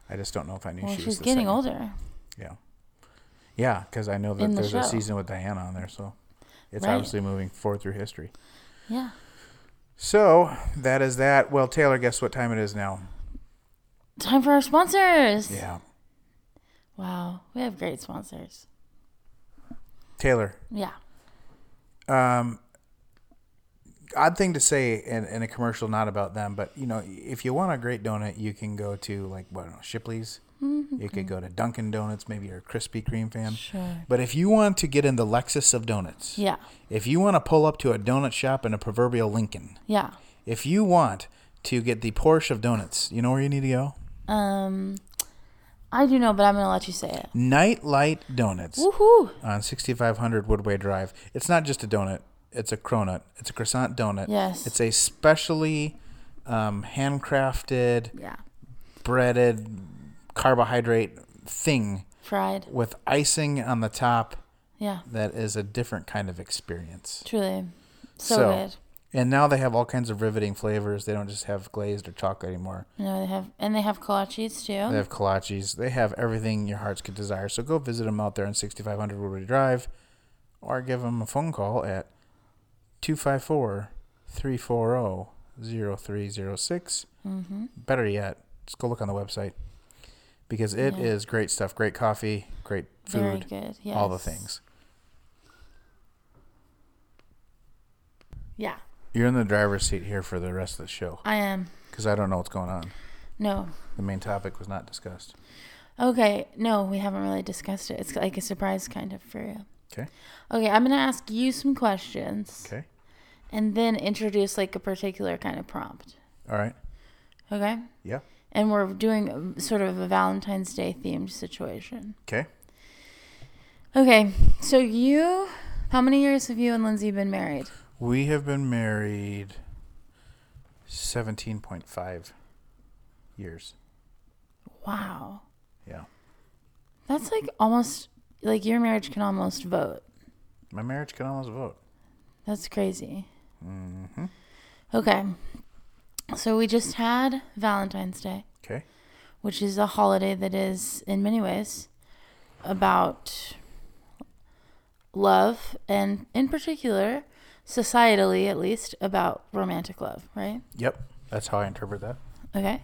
Speaker 1: I just don't know if I knew
Speaker 2: well,
Speaker 1: she was
Speaker 2: she's
Speaker 1: the
Speaker 2: getting
Speaker 1: second.
Speaker 2: older.
Speaker 1: Yeah. Yeah, because I know that
Speaker 2: In the
Speaker 1: there's a
Speaker 2: show.
Speaker 1: season with Diana on there, so it's
Speaker 2: Right.
Speaker 1: obviously moving forward through history.
Speaker 2: Yeah.
Speaker 1: So that is that. Well, Taylor, guess what time it is now?
Speaker 2: Time for our sponsors.
Speaker 1: Yeah.
Speaker 2: Wow. We have great sponsors.
Speaker 1: Taylor,
Speaker 2: Yeah.
Speaker 1: um, odd thing to say in, in a commercial, not about them, but you know, if you want a great donut, you can go to like what I don't know, Shipley's. You could go to Dunkin' Donuts. Maybe you're a Krispy Kreme fan.
Speaker 2: Mm-hmm. Sure.
Speaker 1: But if you want to get in the Lexus of donuts,
Speaker 2: Yeah.
Speaker 1: if you want to pull up to a donut shop in a proverbial Lincoln,
Speaker 2: Yeah.
Speaker 1: if you want to get the Porsche of donuts, you know where you need to go?
Speaker 2: Um, I do know, but I'm gonna let you say it.
Speaker 1: Nightlight Donuts.
Speaker 2: Woohoo!
Speaker 1: on 6500 Woodway Drive. It's not just a donut, it's a cronut. It's a croissant donut.
Speaker 2: Yes.
Speaker 1: It's a specially um, handcrafted,
Speaker 2: Yeah,
Speaker 1: breaded carbohydrate thing
Speaker 2: fried.
Speaker 1: with icing on the top
Speaker 2: Yeah,
Speaker 1: that is a different kind of experience.
Speaker 2: truly, so, good.
Speaker 1: And now they have all kinds of riveting flavors. They don't just have glazed or chocolate anymore.
Speaker 2: You know they have, and they have kolaches
Speaker 1: They
Speaker 2: too.
Speaker 1: have kolaches. They have everything your hearts could desire. So go visit them out there on 6500 Woodward Drive or give them a phone call at 254 340 0306.
Speaker 2: Mm-hmm.
Speaker 1: Better yet, just go look on the website because it is
Speaker 2: Yeah.
Speaker 1: great stuff. Great coffee, great
Speaker 2: Very
Speaker 1: food,
Speaker 2: good. Yes.
Speaker 1: all the things.
Speaker 2: Yeah,
Speaker 1: You're in the driver's seat here for the rest of the show
Speaker 2: I am.
Speaker 1: because I don't know what's going on.
Speaker 2: No.
Speaker 1: The main topic was not discussed.
Speaker 2: Okay. No, we haven't really discussed it. It's like a surprise kind of for you.
Speaker 1: Okay.
Speaker 2: Okay, I'm gonna ask you some questions,
Speaker 1: Okay.
Speaker 2: and then introduce like a particular kind of prompt.
Speaker 1: All right.
Speaker 2: Okay.
Speaker 1: Yeah.
Speaker 2: And we're doing a- sort of a Valentine's Day themed situation.
Speaker 1: Okay.
Speaker 2: Okay, so you, how many years have you and Lindsay been married?
Speaker 1: We have been married 17.5 years.
Speaker 2: Wow,
Speaker 1: Yeah.
Speaker 2: that's like almost like your marriage can almost vote.
Speaker 1: My marriage can almost vote.
Speaker 2: That's crazy. Okay. So we just had Valentine's Day,
Speaker 1: Okay.
Speaker 2: which is a holiday that is, in many ways, about love and, in particular, societally at least, about romantic love, right?
Speaker 1: Yep. That's how I interpret that.
Speaker 2: Okay.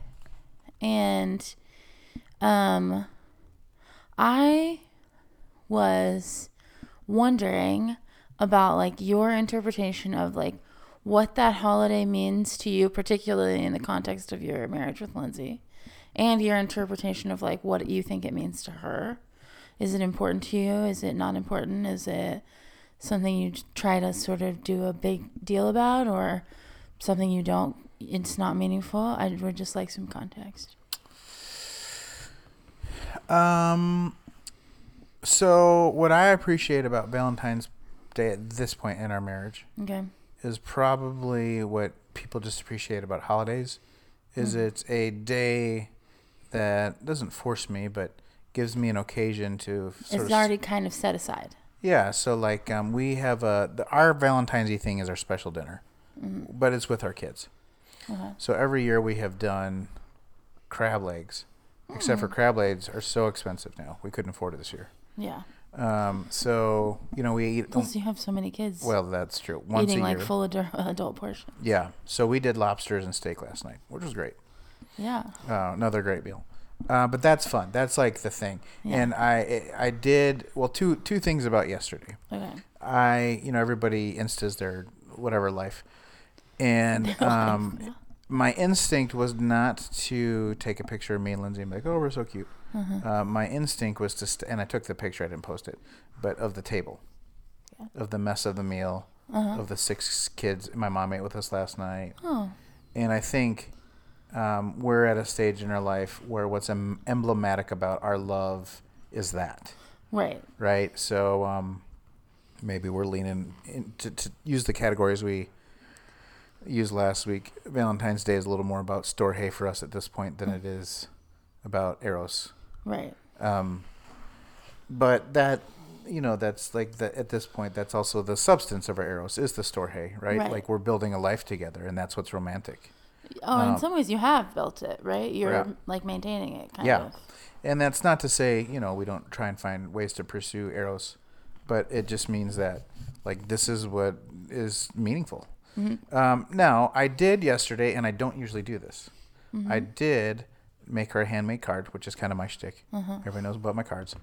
Speaker 2: And um I was wondering about like your interpretation of like what that holiday means to you particularly in the context of your marriage with Lindsay and your interpretation of like what you think it means to her. Is it important to you? Is it not important? Is it something you try to sort of do a big deal about or something you don't it's not meaningful i would just like some context
Speaker 1: Um, so what I appreciate about Valentine's Day at this point in our marriage
Speaker 2: okay
Speaker 1: is probably what people just appreciate about holidays is
Speaker 2: Mm.
Speaker 1: it's a day that doesn't force me but gives me an occasion to sort
Speaker 2: it's
Speaker 1: of
Speaker 2: already kind of set aside
Speaker 1: yeah so like um, we have a the, our valentine's Day thing is our special dinner
Speaker 2: Mm-hmm.
Speaker 1: but it's with our kids
Speaker 2: Okay.
Speaker 1: so every year we have done crab legs except
Speaker 2: Mm.
Speaker 1: for crab legs are so expensive now we couldn't afford it this year
Speaker 2: yeah
Speaker 1: um, so you know we eat
Speaker 2: plus you have so many kids
Speaker 1: well that's true once
Speaker 2: eating
Speaker 1: a
Speaker 2: like
Speaker 1: year
Speaker 2: full adult, adult portion
Speaker 1: yeah so we did lobsters and steak last night which was great
Speaker 2: yeah
Speaker 1: Oh, another great meal. Uh, but that's fun. That's like the thing.
Speaker 2: Yeah.
Speaker 1: And I I did well two two things about yesterday.
Speaker 2: okay
Speaker 1: I you know everybody instas their whatever life, and um, my instinct was not to take a picture of me and Lindsay and be like, oh, we're so cute.
Speaker 2: Uh-huh.
Speaker 1: Uh, my instinct was to st- and I took the picture. I didn't post it, but of the table,
Speaker 2: Yeah.
Speaker 1: of the mess of the meal, of the six kids. My mom ate with us last night
Speaker 2: Uh-huh. oh
Speaker 1: and I think um, we're at a stage in our life where what's em- emblematic about our love is that,
Speaker 2: right
Speaker 1: right? So um, maybe we're leaning in to, to use the categories we used last week. Valentine's Day is a little more about store hay for us at this point than it is about Eros.
Speaker 2: right
Speaker 1: Um, but that, you know, that's like the, at this point, that's also the substance of our Eros is the store hay, right?
Speaker 2: Right.
Speaker 1: Like we're building a life together, and that's what's romantic.
Speaker 2: oh in
Speaker 1: Um,
Speaker 2: some ways you have built it right you're
Speaker 1: Yeah.
Speaker 2: like maintaining it kind
Speaker 1: yeah
Speaker 2: of
Speaker 1: and that's not to say you know we don't try and find ways to pursue eros but it just means that like this is what is meaningful um, now i did yesterday and i don't usually do this i did make her a handmade card which is kind of my shtick. everybody knows about my cards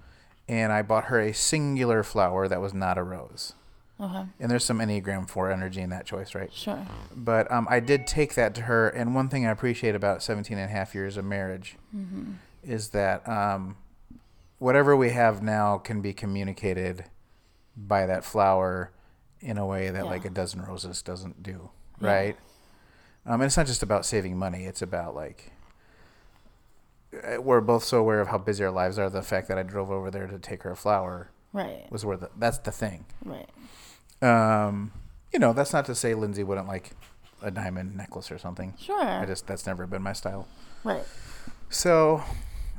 Speaker 1: and i bought her a singular flower that was not a rose
Speaker 2: okay
Speaker 1: and there's some enneagram 4 energy in that choice right
Speaker 2: sure
Speaker 1: but um, I did take that to her. And one thing I appreciate about 17 and a half years of marriage
Speaker 2: Mm-hmm.
Speaker 1: is that um, whatever we have now can be communicated by that flower in a way that
Speaker 2: Yeah.
Speaker 1: like a dozen roses doesn't do,
Speaker 2: Yeah.
Speaker 1: right? Um, and it's not just about saving money. It's about like uh, we're both so aware of how busy our lives are. The fact that I drove over there to take her a flower
Speaker 2: right
Speaker 1: was worth it. That's the thing
Speaker 2: right
Speaker 1: um, you know, that's not to say Lindsay wouldn't like a diamond necklace or something. I
Speaker 2: sure
Speaker 1: just that's never been my style.
Speaker 2: right
Speaker 1: So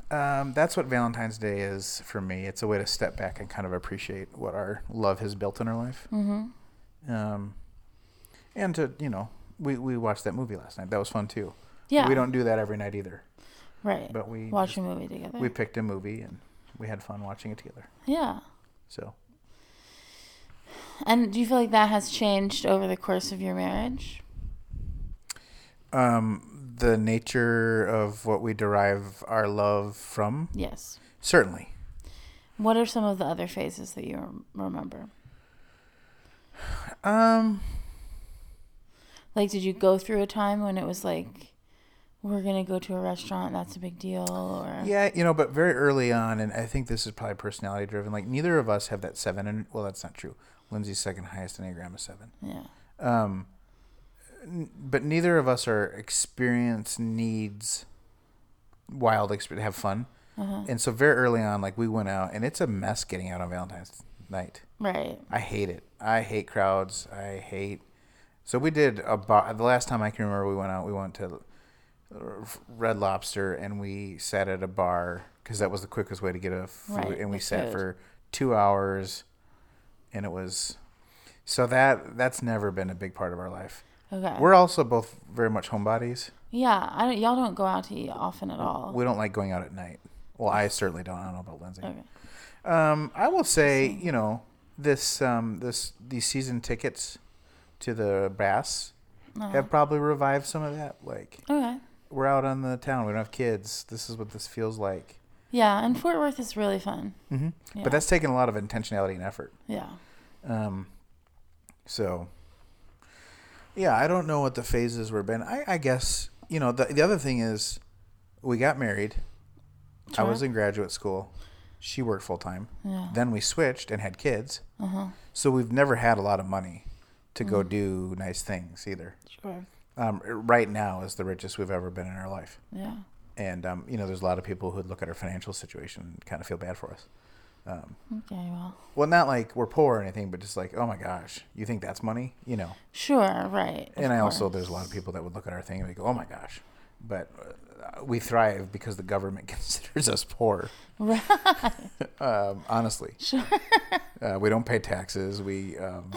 Speaker 1: um, that's what Valentine's Day is for me. It's a way to step back and kind of appreciate what our love has built in our life.
Speaker 2: mm-hmm
Speaker 1: Um, and to you know, we we watched that movie last night. That was fun too.
Speaker 2: yeah
Speaker 1: We don't do that every night either,
Speaker 2: right
Speaker 1: but we
Speaker 2: watch
Speaker 1: just-
Speaker 2: a movie together
Speaker 1: we picked a movie and we had fun watching it together.
Speaker 2: yeah
Speaker 1: So
Speaker 2: and do you feel like that has changed over the course of your marriage
Speaker 1: um, the nature of what we derive our love from
Speaker 2: yes
Speaker 1: certainly
Speaker 2: What are some of the other phases that you rem- remember?
Speaker 1: Um,
Speaker 2: Like, did you go through a time when it was like, we're gonna go to a restaurant, that's a big deal, or
Speaker 1: yeah, you know, but very early on, and I think this is probably personality driven. Like neither of us have that seven, and well, that's not true. Lindsay's second highest enneagram is seven.
Speaker 2: yeah,
Speaker 1: Um, n- but neither of us are experience needs wild experience have fun, and so very early on, like we went out, and it's a mess getting out on Valentine's night.
Speaker 2: right,
Speaker 1: I hate it. I hate crowds. I hate. So we did a bar. The last time I can remember, we went out. We went to uh, Red Lobster and we sat at a bar because that was the quickest way to get a food.
Speaker 2: Right,
Speaker 1: and we
Speaker 2: with
Speaker 1: sat
Speaker 2: food.
Speaker 1: for two hours, and it was. So that that's never been a big part of our life.
Speaker 2: Okay.
Speaker 1: We're also both very much homebodies.
Speaker 2: yeah, I don't, y'all don't go out to eat often at all.
Speaker 1: We don't like going out at night. Well, I certainly don't. I don't know about Lindsay.
Speaker 2: Oh. okay.
Speaker 1: Um, I will say, you know, this um, this these season tickets to the Bass have probably revived some of that. Like
Speaker 2: Uh-huh. Okay.
Speaker 1: we're out on the town. We don't have kids. This is what this feels like.
Speaker 2: Yeah, and Fort Worth is really fun.
Speaker 1: hmm
Speaker 2: Yeah.
Speaker 1: But that's taken a lot of intentionality and effort.
Speaker 2: Yeah.
Speaker 1: Um, so, yeah, I don't know what the phases were been. I, I guess you know the the other thing is we got married. I
Speaker 2: Sure.
Speaker 1: was in graduate school. She worked full time.
Speaker 2: Yeah.
Speaker 1: Then we switched and had kids.
Speaker 2: Uh huh.
Speaker 1: So we've never had a lot of money to go
Speaker 2: Mm-hmm.
Speaker 1: do nice things either.
Speaker 2: Sure.
Speaker 1: Um, right now is the richest we've ever been in our life.
Speaker 2: Yeah.
Speaker 1: And, um, you know, there's a lot of people who'd look at our financial situation and kind of feel bad for us. Um,
Speaker 2: Okay. Well.
Speaker 1: well, not like we're poor or anything, but just like, oh my gosh, you think that's money? You know.
Speaker 2: Sure. Right. of
Speaker 1: and I also,
Speaker 2: course.
Speaker 1: there's a lot of people that would look at our thing and they go, oh my gosh. But uh, we thrive because the government considers us poor.
Speaker 2: Right.
Speaker 1: Um, honestly,
Speaker 2: Sure.
Speaker 1: uh, we don't pay taxes. We um,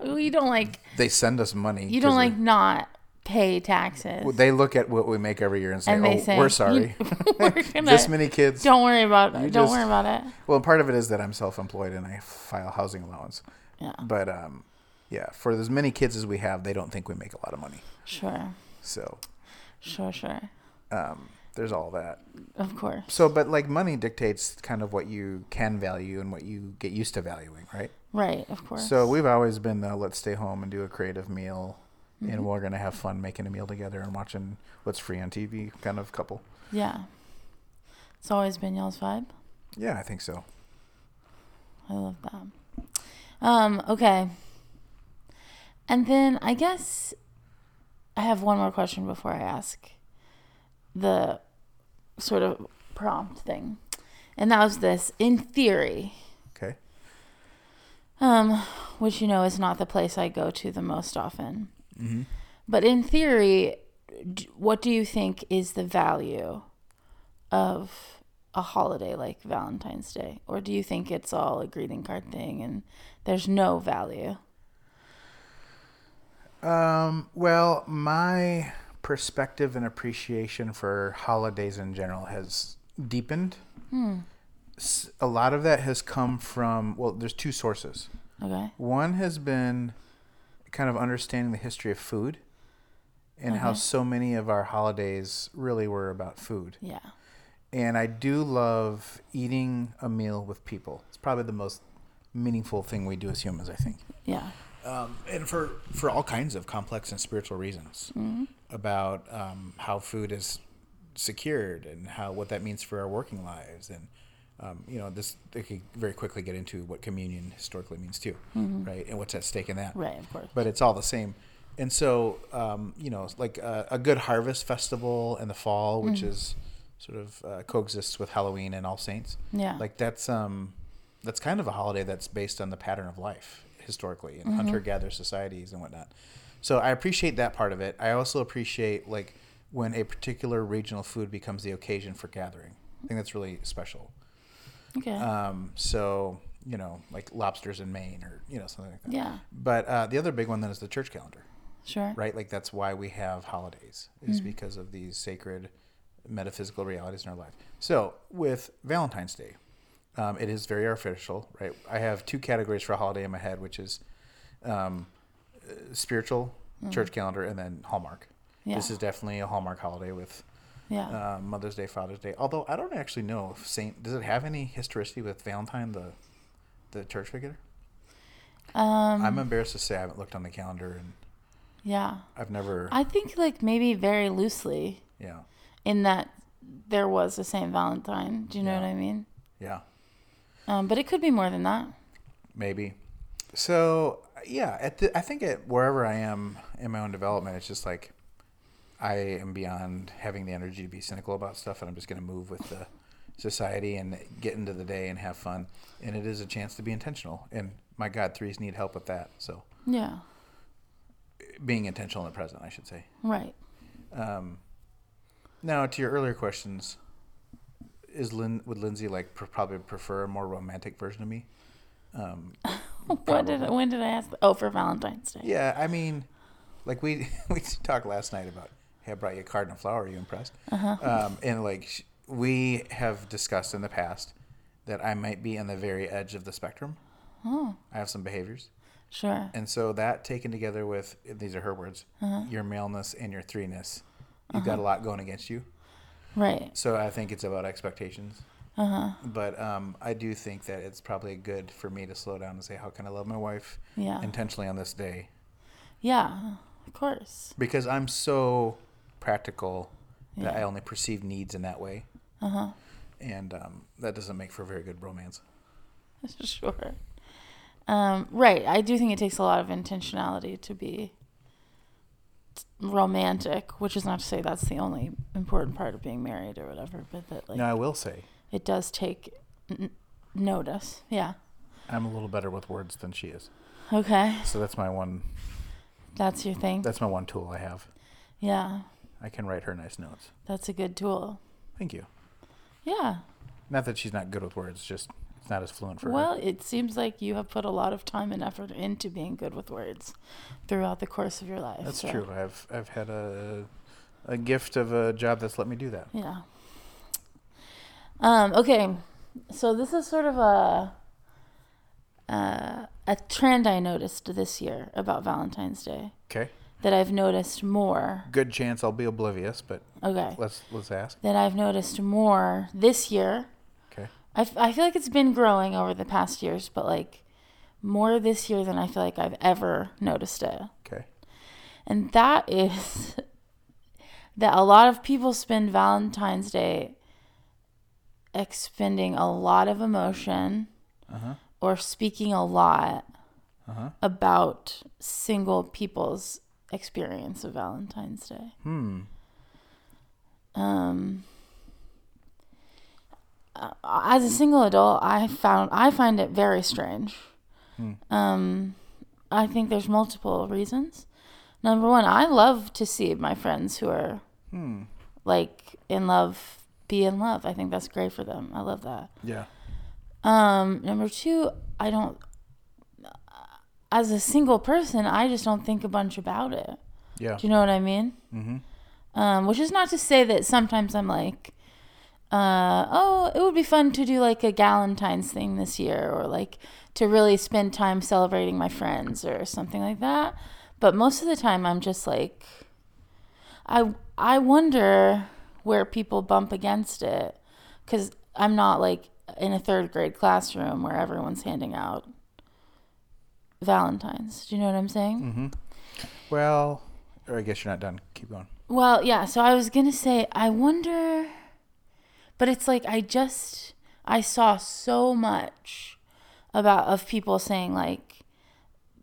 Speaker 2: We don't like.
Speaker 1: they send us money.
Speaker 2: You don't
Speaker 1: 'cause we-
Speaker 2: like not pay taxes.
Speaker 1: Well, they look at what we make every year and say,
Speaker 2: And they
Speaker 1: "Oh,
Speaker 2: say,
Speaker 1: we're sorry."
Speaker 2: "You- we're gonna-
Speaker 1: this many kids.
Speaker 2: don't worry about it. Don't
Speaker 1: just-
Speaker 2: worry about it.
Speaker 1: Well, part of it is that I'm self-employed and I file housing allowance.
Speaker 2: Yeah.
Speaker 1: But um, yeah, for as many kids as we have, they don't think we make a lot of money.
Speaker 2: Sure.
Speaker 1: So
Speaker 2: Sure. Sure.
Speaker 1: um, there's all that.
Speaker 2: Of course.
Speaker 1: So, but like money dictates kind of what you can value and what you get used to valuing, right?
Speaker 2: Right. Of course.
Speaker 1: So we've always been the let's stay home and do a creative meal.
Speaker 2: Mm-hmm.
Speaker 1: And we're gonna have fun making a meal together and watching what's free on TV, kind of couple.
Speaker 2: Yeah. It's always been y'all's vibe.
Speaker 1: Yeah, I think so.
Speaker 2: I love that. Um, okay. And then I guess I have one more question before I ask the sort of prompt thing. And that was this in theory,
Speaker 1: Okay.
Speaker 2: um, which you know is not the place I go to the most often.
Speaker 1: Mm-hmm.
Speaker 2: But in theory, d- what do you think is the value of a holiday like Valentine's Day? Or do you think it's all a greeting card thing and there's no value?
Speaker 1: Um, well, my perspective and appreciation for holidays in general has deepened. S A lot of that has come from, well, there's two sources.
Speaker 2: Okay.
Speaker 1: One has been kind of understanding the history of food and how so many of our holidays really were about food.
Speaker 2: Yeah.
Speaker 1: And I do love eating a meal with people. It's probably the most meaningful thing we do as humans, I think
Speaker 2: Yeah.
Speaker 1: um, and for for all kinds of complex and spiritual reasons about um, how food is secured and how what that means for our working lives and um, you know this they could very quickly get into what communion historically means too right and what's at stake in that
Speaker 2: Right, of course.
Speaker 1: but it's all the same and so um, you know it's like a, a good harvest festival in the fall which is sort of uh, coexists with halloween and all saints
Speaker 2: Yeah.
Speaker 1: like that's um that's kind of a holiday that's based on the pattern of life historically in hunter gatherer societies and whatnot. So I appreciate that part of it. I also appreciate like when a particular regional food becomes the occasion for gathering. I think that's really special.
Speaker 2: Okay.
Speaker 1: Um, so you know, like lobsters in Maine or you know something like that.
Speaker 2: yeah.
Speaker 1: But uh, the other big one then is the church calendar
Speaker 2: Sure.
Speaker 1: right? Like that's why we have holidays is
Speaker 2: Mm-hmm.
Speaker 1: because of these sacred metaphysical realities in our life. So with Valentine's Day, um, it is very artificial, right? I have two categories for a holiday in my head, which is um, uh, spiritual, church calendar, and then Hallmark. This
Speaker 2: Mm-hmm. Yeah.
Speaker 1: is definitely a Hallmark holiday with
Speaker 2: Yeah.
Speaker 1: uh, Mother's Day, Father's Day. Although I don't actually know if Saint does it have any historicity with Valentine the the church figure.
Speaker 2: um
Speaker 1: uh, I'm embarrassed to say I haven't looked on the calendar and
Speaker 2: yeah.
Speaker 1: I've never
Speaker 2: I think like maybe very loosely
Speaker 1: yeah
Speaker 2: in that there was a Saint Valentine. Do you know
Speaker 1: Yeah.
Speaker 2: what I mean?
Speaker 1: yeah.
Speaker 2: Um, but it could be more than that.
Speaker 1: maybe. So yeah, at the, I think at wherever I am in my own development, it's just like I am beyond having the energy to be cynical about stuff, and I'm just going to move with the society and get into the day and have fun. And it is a chance to be intentional. And my God, threes need help with that. So
Speaker 2: Yeah.
Speaker 1: being intentional in the present, I should say.
Speaker 2: Right.
Speaker 1: Um, now to your earlier questions, is Lin would Lindsay like pr- probably prefer a more romantic version of me? Um,
Speaker 2: What did, when did I ask? Oh, for Valentine's Day.
Speaker 1: yeah, I mean, like we we talked last night about hey, I brought you a card and a flower. Are you impressed? Um, and like sh- we have discussed in the past that I might be on the very edge of the spectrum. I have some behaviors.
Speaker 2: Sure.
Speaker 1: And so that taken together with these are her words, your maleness and your threeness, you've got a lot going against you.
Speaker 2: Right. Uh-huh.
Speaker 1: So I think it's about expectations. But um, I do think that it's probably good for me to slow down and say, how can I love my wife
Speaker 2: Yeah.
Speaker 1: intentionally on this day?
Speaker 2: Yeah. Of course.
Speaker 1: Because I'm so practical that I only perceive needs in that way.
Speaker 2: Uh-huh.
Speaker 1: And um, that doesn't make for a very good romance.
Speaker 2: sure. Um, right. I do think it takes a lot of intentionality to be t- romantic, which is not to say that's the only important part of being married or whatever, but that like
Speaker 1: Now, I will say,
Speaker 2: it does take n- notice. Yeah.
Speaker 1: I'm a little better with words than she is.
Speaker 2: Okay.
Speaker 1: So that's my one.
Speaker 2: That's your thing.
Speaker 1: That's my one tool I have.
Speaker 2: yeah.
Speaker 1: I can write her nice notes.
Speaker 2: That's a good tool.
Speaker 1: Thank you.
Speaker 2: Yeah.
Speaker 1: Not that she's not good with words, just it's not as fluent for
Speaker 2: Well,
Speaker 1: her.
Speaker 2: it seems like you have put a lot of time and effort into being good with words throughout the course of your life.
Speaker 1: That's
Speaker 2: so,
Speaker 1: true. I've I've had a a gift of a job that's let me do that.
Speaker 2: Yeah. Um, okay. So this is sort of a uh, a trend I noticed this year about Valentine's Day
Speaker 1: Okay.
Speaker 2: that I've noticed more.
Speaker 1: Good chance I'll be oblivious, but
Speaker 2: Okay.
Speaker 1: let's let's ask.
Speaker 2: That I've noticed more this year
Speaker 1: Okay.
Speaker 2: I, f- I feel like it's been growing over the past years, but like more this year than I feel like I've ever noticed it.
Speaker 1: Okay.
Speaker 2: And that is that a lot of people spend Valentine's Day expending a lot of emotion or speaking a lot about single people's experience of Valentine's Day. Hmm. Um, uh, as a single adult, I found I find it very strange. Um, I think there's multiple reasons. Number one, I love to see my friends who are
Speaker 1: Hmm,
Speaker 2: like in love be in love. I think that's great for them. I love that.
Speaker 1: Yeah.
Speaker 2: Um, number two, I don't. As a single person, I just don't think a bunch about it.
Speaker 1: Yeah.
Speaker 2: Do you know what I mean? Mm-hmm. Um, which is not to say that sometimes I'm like, uh, oh, it would be fun to do like a Galentine's thing this year, or like to really spend time celebrating my friends or something like that. But most of the time, I'm just like, I I wonder where people bump against it because I'm not like in a third grade classroom where everyone's handing out Valentines. Do you know what I'm saying?
Speaker 1: Well, or I guess you're not done. Keep going.
Speaker 2: Well, yeah, so I was going to say, I wonder, but it's like I just, I saw so much about, of people saying, like,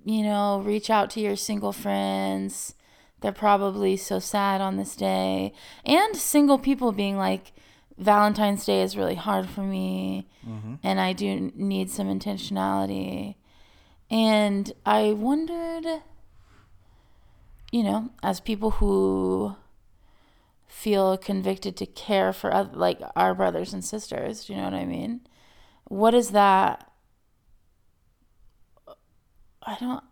Speaker 2: you know, reach out to your single friends. They're probably so sad on this day. And single people being like, Valentine's Day is really hard for me, and I do need some intentionality. And I wondered you know, as people who feel convicted to care for other, like our brothers and sisters, do you know what I mean? What is that? I don't.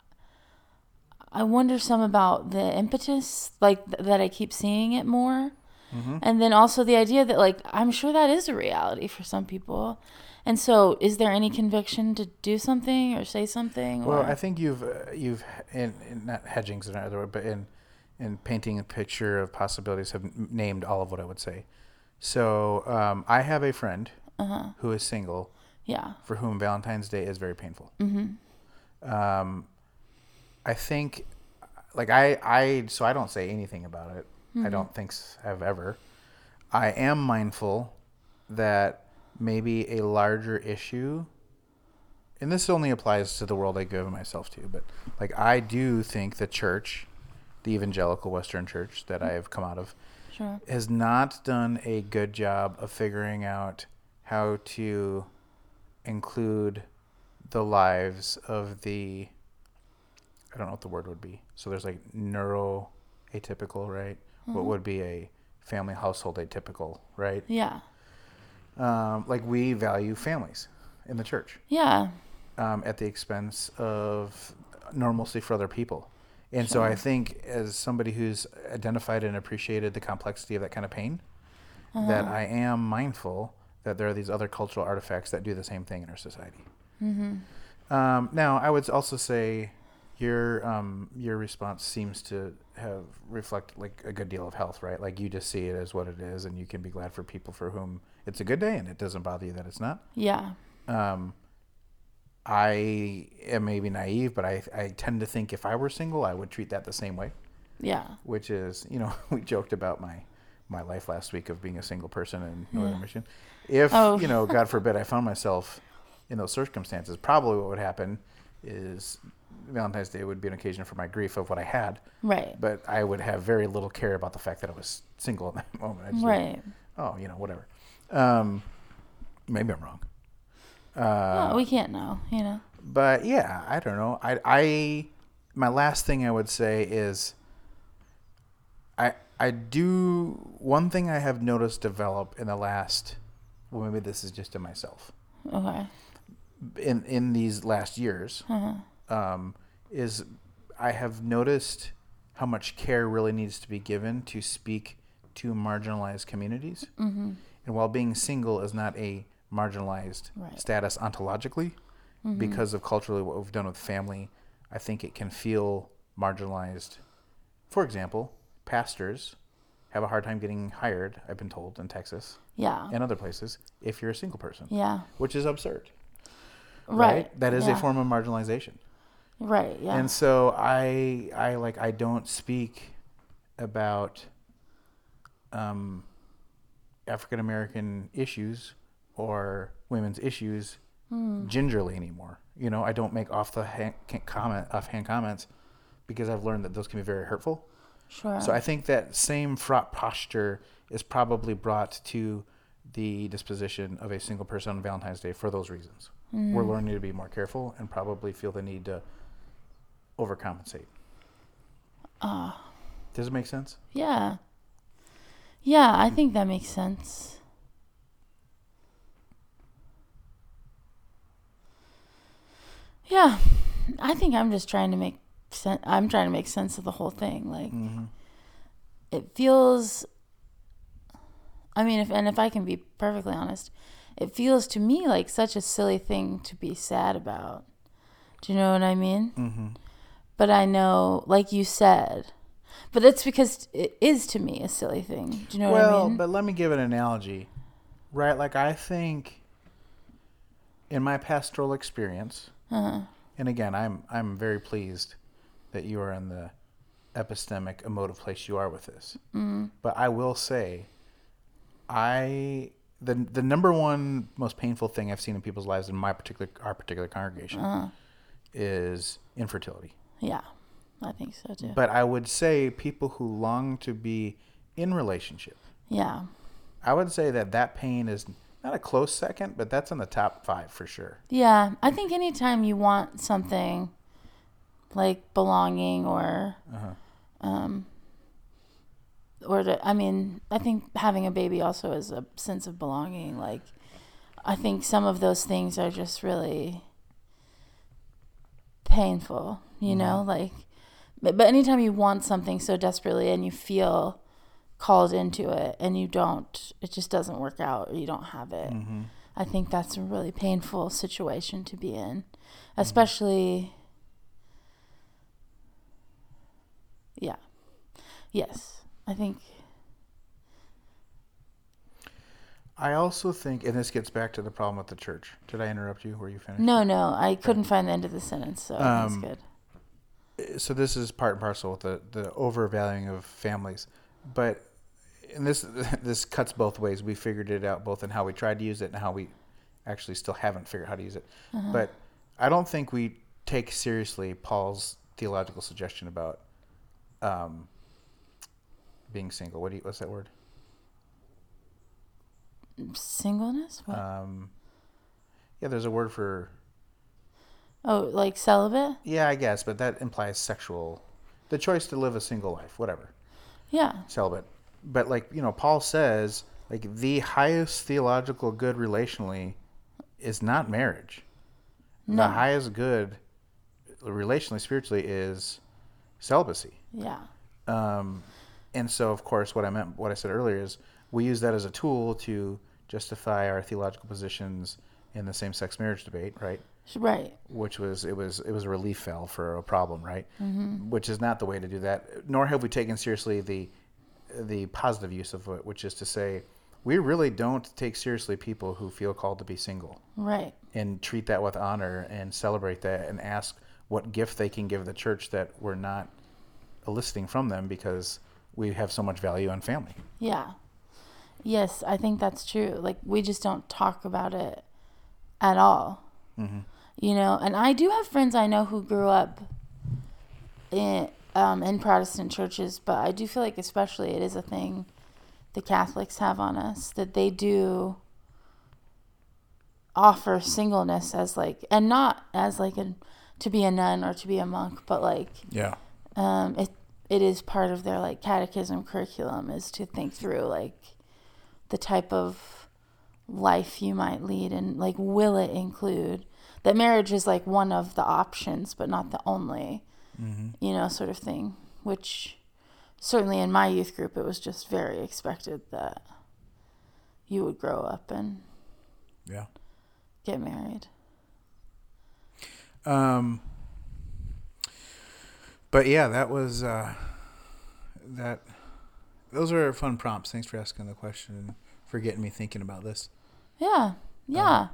Speaker 2: I wonder some about the impetus, like th- that I keep seeing it more.
Speaker 1: Mm-hmm.
Speaker 2: And then also the idea that, like, I'm sure that is a reality for some people. And so, is there any conviction to do something or say something?
Speaker 1: Well,
Speaker 2: or,
Speaker 1: I think you've uh, you've in, in not hedging's another word, but in in painting a picture of possibilities have n- named all of what I would say. So um, I have a friend who is single
Speaker 2: yeah.
Speaker 1: for whom Valentine's Day is very painful. Mm-hmm. Um, I think, like I, I so I don't say anything about it. I don't think s- I've ever. I am mindful that maybe a larger issue, and this only applies to the world I give myself to, but like I do think the church, the evangelical Western church that I have come out of,
Speaker 2: Sure.
Speaker 1: has not done a good job of figuring out how to include the lives of the I don't know what the word would be. So there's like neuro atypical, right? What would be a family household atypical, right?
Speaker 2: Yeah.
Speaker 1: um, like we value families in the church
Speaker 2: Yeah.
Speaker 1: um, at the expense of normalcy for other people. And so I think, as somebody who's identified and appreciated the complexity of that kind of pain, that I am mindful that there are these other cultural artifacts that do the same thing in our society. Um, now, I would also say your um, your response seems to have reflect like a good deal of health, right? Like you just see it as what it is, and you can be glad for people for whom it's a good day, and it doesn't bother you that it's not
Speaker 2: Yeah.
Speaker 1: um, I am maybe naive, but I, I tend to think if I were single, I would treat that the same way,
Speaker 2: Yeah.
Speaker 1: which is, you know, we joked about my, my life last week of being a single person in Northern Michigan. If,
Speaker 2: Oh.
Speaker 1: you know, God forbid I found myself in those circumstances, probably what would happen is Valentine's Day would be an occasion for my grief of what I had,
Speaker 2: Right.
Speaker 1: but I would have very little care about the fact that I was single in that moment. I just would
Speaker 2: Right.
Speaker 1: oh, you know, whatever. Um, maybe I'm wrong. Uh,
Speaker 2: well, we can't know, you know.
Speaker 1: But yeah, I don't know. I, I, my last thing I would say is, I, I do one thing I have noticed develop in the last. Well, maybe this is just in myself
Speaker 2: Okay.
Speaker 1: in in these last years
Speaker 2: Uh-huh.
Speaker 1: um, is I have noticed how much care really needs to be given to speak to marginalized communities. Mm-hmm. And while being single is not a marginalized
Speaker 2: Right. Mm-hmm.
Speaker 1: status ontologically, because of culturally what we've done with family, I think it can feel marginalized. For example, pastors have a hard time getting hired, I've been told, in Texas
Speaker 2: Yeah.
Speaker 1: and other places, if you're a single person,
Speaker 2: Uh-huh. yeah.
Speaker 1: which is absurd
Speaker 2: Right.
Speaker 1: that is a
Speaker 2: Yeah.
Speaker 1: form of marginalization
Speaker 2: Right. Yeah.
Speaker 1: and so i i like i don't speak about um african american issues or women's issues
Speaker 2: Hmm.
Speaker 1: gingerly anymore you know i don't make off the hand can't comment offhand comments because i've learned that those can be very hurtful
Speaker 2: sure.
Speaker 1: so I think that same fraught posture is probably brought to the disposition of a single person on Valentine's Day for those reasons. We're learning to be more careful and probably feel the need to overcompensate. Does it make sense?
Speaker 2: yeah. Yeah, I think that makes sense. Yeah. I think I'm just trying to make sense I'm trying to make sense of the whole thing. Like
Speaker 1: Mm-hmm.
Speaker 2: it feels I mean, if and if I can be perfectly honest, it feels to me like such a silly thing to be sad about. Do you know what I mean? Mm-hmm. But I know, like you said, but that's because it is to me a silly thing. Do you know
Speaker 1: well,
Speaker 2: what I mean?
Speaker 1: but let me give an analogy, right? Like I think in my pastoral experience,
Speaker 2: Uh-huh.
Speaker 1: and again, I'm I'm very pleased that you are in the epistemic emotive place you are with this.
Speaker 2: Mm-hmm.
Speaker 1: But I will say, I the the number one most painful thing I've seen in people's lives in my particular our particular congregation
Speaker 2: Uh-huh.
Speaker 1: is infertility.
Speaker 2: yeah, I think so too.
Speaker 1: But I would say people who long to be in relationship
Speaker 2: yeah,
Speaker 1: I would say that that pain is not a close second, but that's in the top five for sure.
Speaker 2: yeah. I think anytime you want something like belonging or, um, or to, I mean, I think having a baby also is a sense of belonging. Like, I think some of those things are just really painful. You know, like, but, but anytime you want something so desperately and you feel called into it and you don't it just doesn't work out or you don't have it i think that's a really painful situation to be in especially yeah yes i think
Speaker 1: I also think, and this gets back to the problem with the church. Did I interrupt you? Were you finished?
Speaker 2: no no i couldn't find the end of the sentence so that's
Speaker 1: Um,
Speaker 2: good
Speaker 1: so this is part and parcel with the, the overvaluing of families but and this this cuts both ways we figured it out both in how we tried to use it and how we actually still haven't figured out how to use it but i don't think we take seriously paul's theological suggestion about um, being single what do you, what's that word
Speaker 2: singleness what?
Speaker 1: um, yeah there's a word for
Speaker 2: oh like celibate
Speaker 1: yeah i guess but that implies sexual the choice to live a single life whatever
Speaker 2: yeah
Speaker 1: celibate. But like you know, Paul says Like the highest theological good relationally is not marriage.
Speaker 2: No.
Speaker 1: The highest good relationally, spiritually is celibacy.
Speaker 2: Yeah.
Speaker 1: Um, and so, of course, what I meant, what I said earlier is we use that as a tool to justify our theological positions in the same sex marriage debate, right?
Speaker 2: Right.
Speaker 1: Which was it was it was a relief valve for a problem, right? Which is not the way to do that. Nor have we taken seriously the the positive use of it, which is to say, we really don't take seriously people who feel called to be single
Speaker 2: Right.
Speaker 1: and treat that with honor and celebrate that and ask what gift they can give the church that we're not eliciting from them because we have so much value on family.
Speaker 2: Yeah. Yes, I think that's true. Like we just don't talk about it at all. You know, and I do have friends I know who grew up in um, in Protestant churches, but I do feel like especially it is a thing the Catholics have on us that they do offer singleness as like and not as like an to be a nun or to be a monk, but like
Speaker 1: Yeah.
Speaker 2: um, it it is part of their like catechism curriculum is to think through like the type of life you might lead and like will it include that marriage is like one of the options but not the only
Speaker 1: Mm-hmm.
Speaker 2: you know sort of thing which certainly in my youth group it was just very expected that you would grow up and
Speaker 1: Yeah.
Speaker 2: get married
Speaker 1: Um but yeah, that was uh that those are fun prompts. Thanks for asking the question and for getting me thinking about this.
Speaker 2: yeah yeah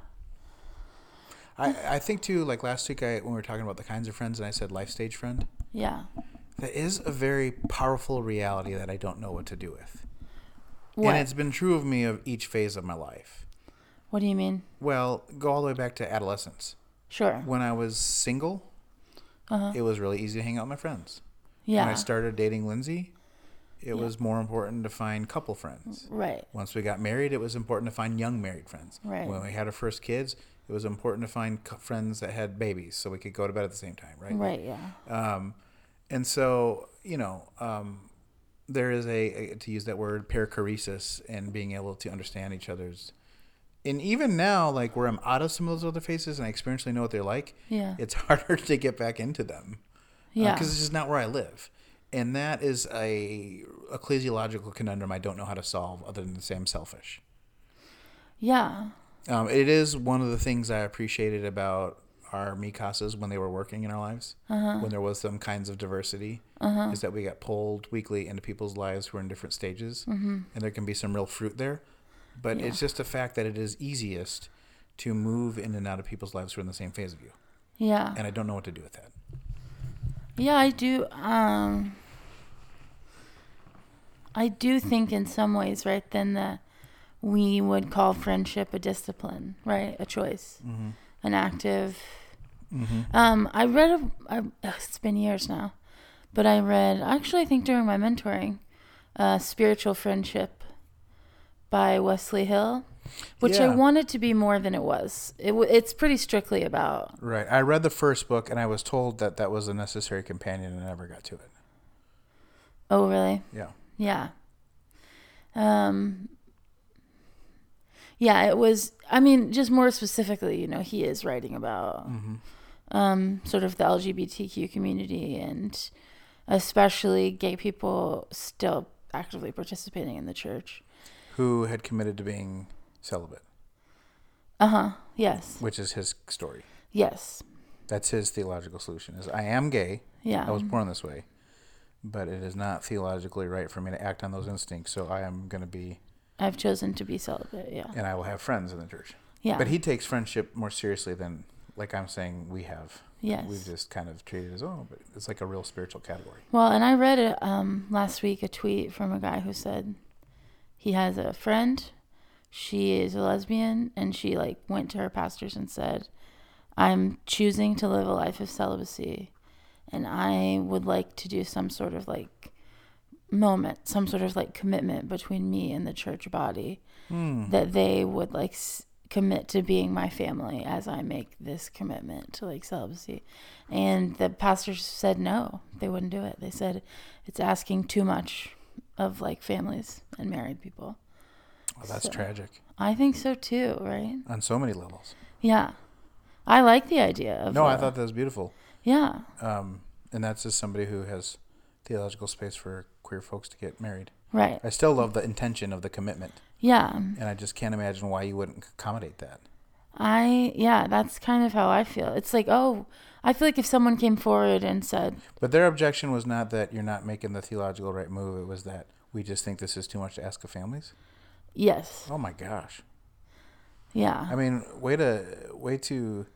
Speaker 1: Oh. I, I think too, like last week I when we were talking about the kinds of friends and I said life stage friend.
Speaker 2: yeah
Speaker 1: That is a very powerful reality that I don't know what to do with. And
Speaker 2: what
Speaker 1: it's been true of me of each phase of my life.
Speaker 2: what do you mean
Speaker 1: Well, go all the way back to adolescence.
Speaker 2: sure
Speaker 1: When I was single, it was really easy to hang out with my friends. When I
Speaker 2: yeah
Speaker 1: started dating Lindsay, it was more important to find couple friends.
Speaker 2: right
Speaker 1: Once we got married, it was important to find young married friends.
Speaker 2: Right.
Speaker 1: When we had our first kids, it was important to find cou- friends that had babies so we could go to bed at the same time, right?
Speaker 2: right yeah
Speaker 1: Um, and so, you know, um, there is a, a- to use that word, perichoresis and being able to understand each other's. And even now, like where I'm out of some of those other phases and I experientially know what they're like,
Speaker 2: Yeah.
Speaker 1: it's harder to get back into them.
Speaker 2: Yeah.
Speaker 1: Because Uh, it's just not where I live. And that is a ecclesiological conundrum I don't know how to solve other than to say I'm selfish.
Speaker 2: Yeah.
Speaker 1: Um, it is one of the things I appreciated about our Mikasas when they were working in our lives, when there was some kinds of diversity, is that we got pulled weekly into people's lives who are in different stages, and there can be some real fruit there. But it's just the fact that it is easiest to move in and out of people's lives who are in the same phase of you,
Speaker 2: Yeah.
Speaker 1: and I don't know what to do with that.
Speaker 2: Yeah, I do um I do think in some ways, right, then that we would call friendship a discipline, right? A choice. An active um I read a I, ugh, it's been years now, but I read actually I think during my mentoring, uh Spiritual Friendship by Wesley Hill, which I
Speaker 1: Yeah.
Speaker 2: wanted to be more than it was. It w- it's pretty strictly about
Speaker 1: Right. I read the first book, and I was told that that was a necessary companion, and I never got to it.
Speaker 2: Oh, really?
Speaker 1: Yeah.
Speaker 2: Yeah. Um Yeah, it was I mean, just more specifically, you know, he is writing about um sort of the LGBTQ community and especially gay people still actively participating in the church.
Speaker 1: Who had committed to being celibate,
Speaker 2: Uh-huh. Yes.
Speaker 1: which is his story.
Speaker 2: Yes.
Speaker 1: That's his theological solution: is I am gay. I
Speaker 2: Yeah.
Speaker 1: was born this way, but it is not theologically right for me to act on those instincts. So I am going to be,
Speaker 2: I've chosen to be celibate, yeah.
Speaker 1: and I will have friends in the church.
Speaker 2: Yeah.
Speaker 1: But he takes friendship more seriously than, like I'm saying, we have.
Speaker 2: Yes.
Speaker 1: We've just kind of treated it as oh, but it's like a real spiritual category.
Speaker 2: Well, and I read a, um, last week a tweet from a guy who said he has a friend. She is a lesbian, and she like went to her pastors and said, "I'm choosing to live a life of celibacy, and I would like to do some sort of like moment, some sort of like commitment between me and the church body that they would like." S- commit to being my family as i make this commitment to like celibacy and the pastors said no, they wouldn't do it. They said it's asking too much of like families and married people.
Speaker 1: Well, that's
Speaker 2: So-
Speaker 1: tragic
Speaker 2: I think so too, right?
Speaker 1: on so many levels.
Speaker 2: Yeah. I like the idea of
Speaker 1: No, I
Speaker 2: uh,
Speaker 1: thought that was beautiful.
Speaker 2: Yeah.
Speaker 1: Um, and that's just somebody who has theological space for queer folks to get married.
Speaker 2: Right.
Speaker 1: I still love the intention of the commitment,
Speaker 2: Yeah.
Speaker 1: and I just can't imagine why you wouldn't accommodate that.
Speaker 2: I yeah, that's kind of how I feel. It's like, oh, I feel like if someone came forward and said,
Speaker 1: But their objection was not that you're not making the theological right move. It was that we just think this is too much to ask of families.
Speaker 2: "Yes."
Speaker 1: Oh my gosh!
Speaker 2: Yeah.
Speaker 1: I mean, way to way to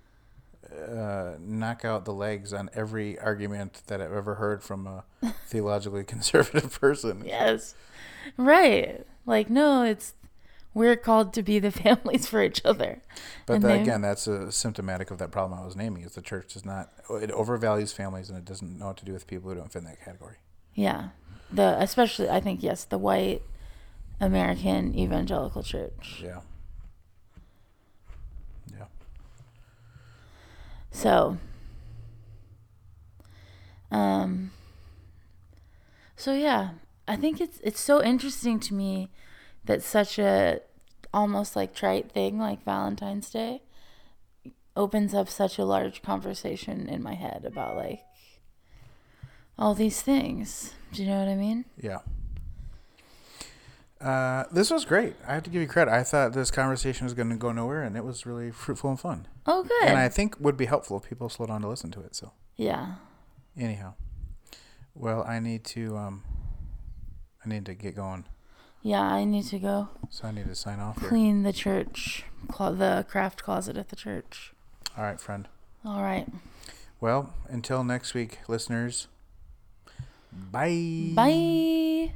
Speaker 1: uh, knock out the legs on every argument that I've ever heard from a theologically conservative person.
Speaker 2: Yes. Right. Like, no, it's we're called to be the families for each other.
Speaker 1: But
Speaker 2: And
Speaker 1: that,
Speaker 2: they-
Speaker 1: again, that's uh symptomatic of that problem I was naming. Is the church does not it overvalues families and it doesn't know what to do with people who don't fit in that category.
Speaker 2: Yeah. The especially I think yes, the white American evangelical church.
Speaker 1: Yeah. Yeah.
Speaker 2: So um so yeah, I think it's it's so interesting to me that such a almost like trite thing like Valentine's Day opens up such a large conversation in my head about like all these things. Do you know what I mean?
Speaker 1: Yeah. Uh, this was great. I have to give you credit. I thought this conversation was going to go nowhere, and it was really fruitful and fun.
Speaker 2: Oh good.
Speaker 1: And I think would be helpful if people slow down to listen to it. So,
Speaker 2: yeah.
Speaker 1: anyhow, well, I need to um, I need to get going.
Speaker 2: Yeah, I need to go
Speaker 1: So I need to sign off. Here.
Speaker 2: clean the church, clo- the craft closet at the church.
Speaker 1: All right, friend.
Speaker 2: All right.
Speaker 1: Well, until next week, listeners. Bye.
Speaker 2: Bye.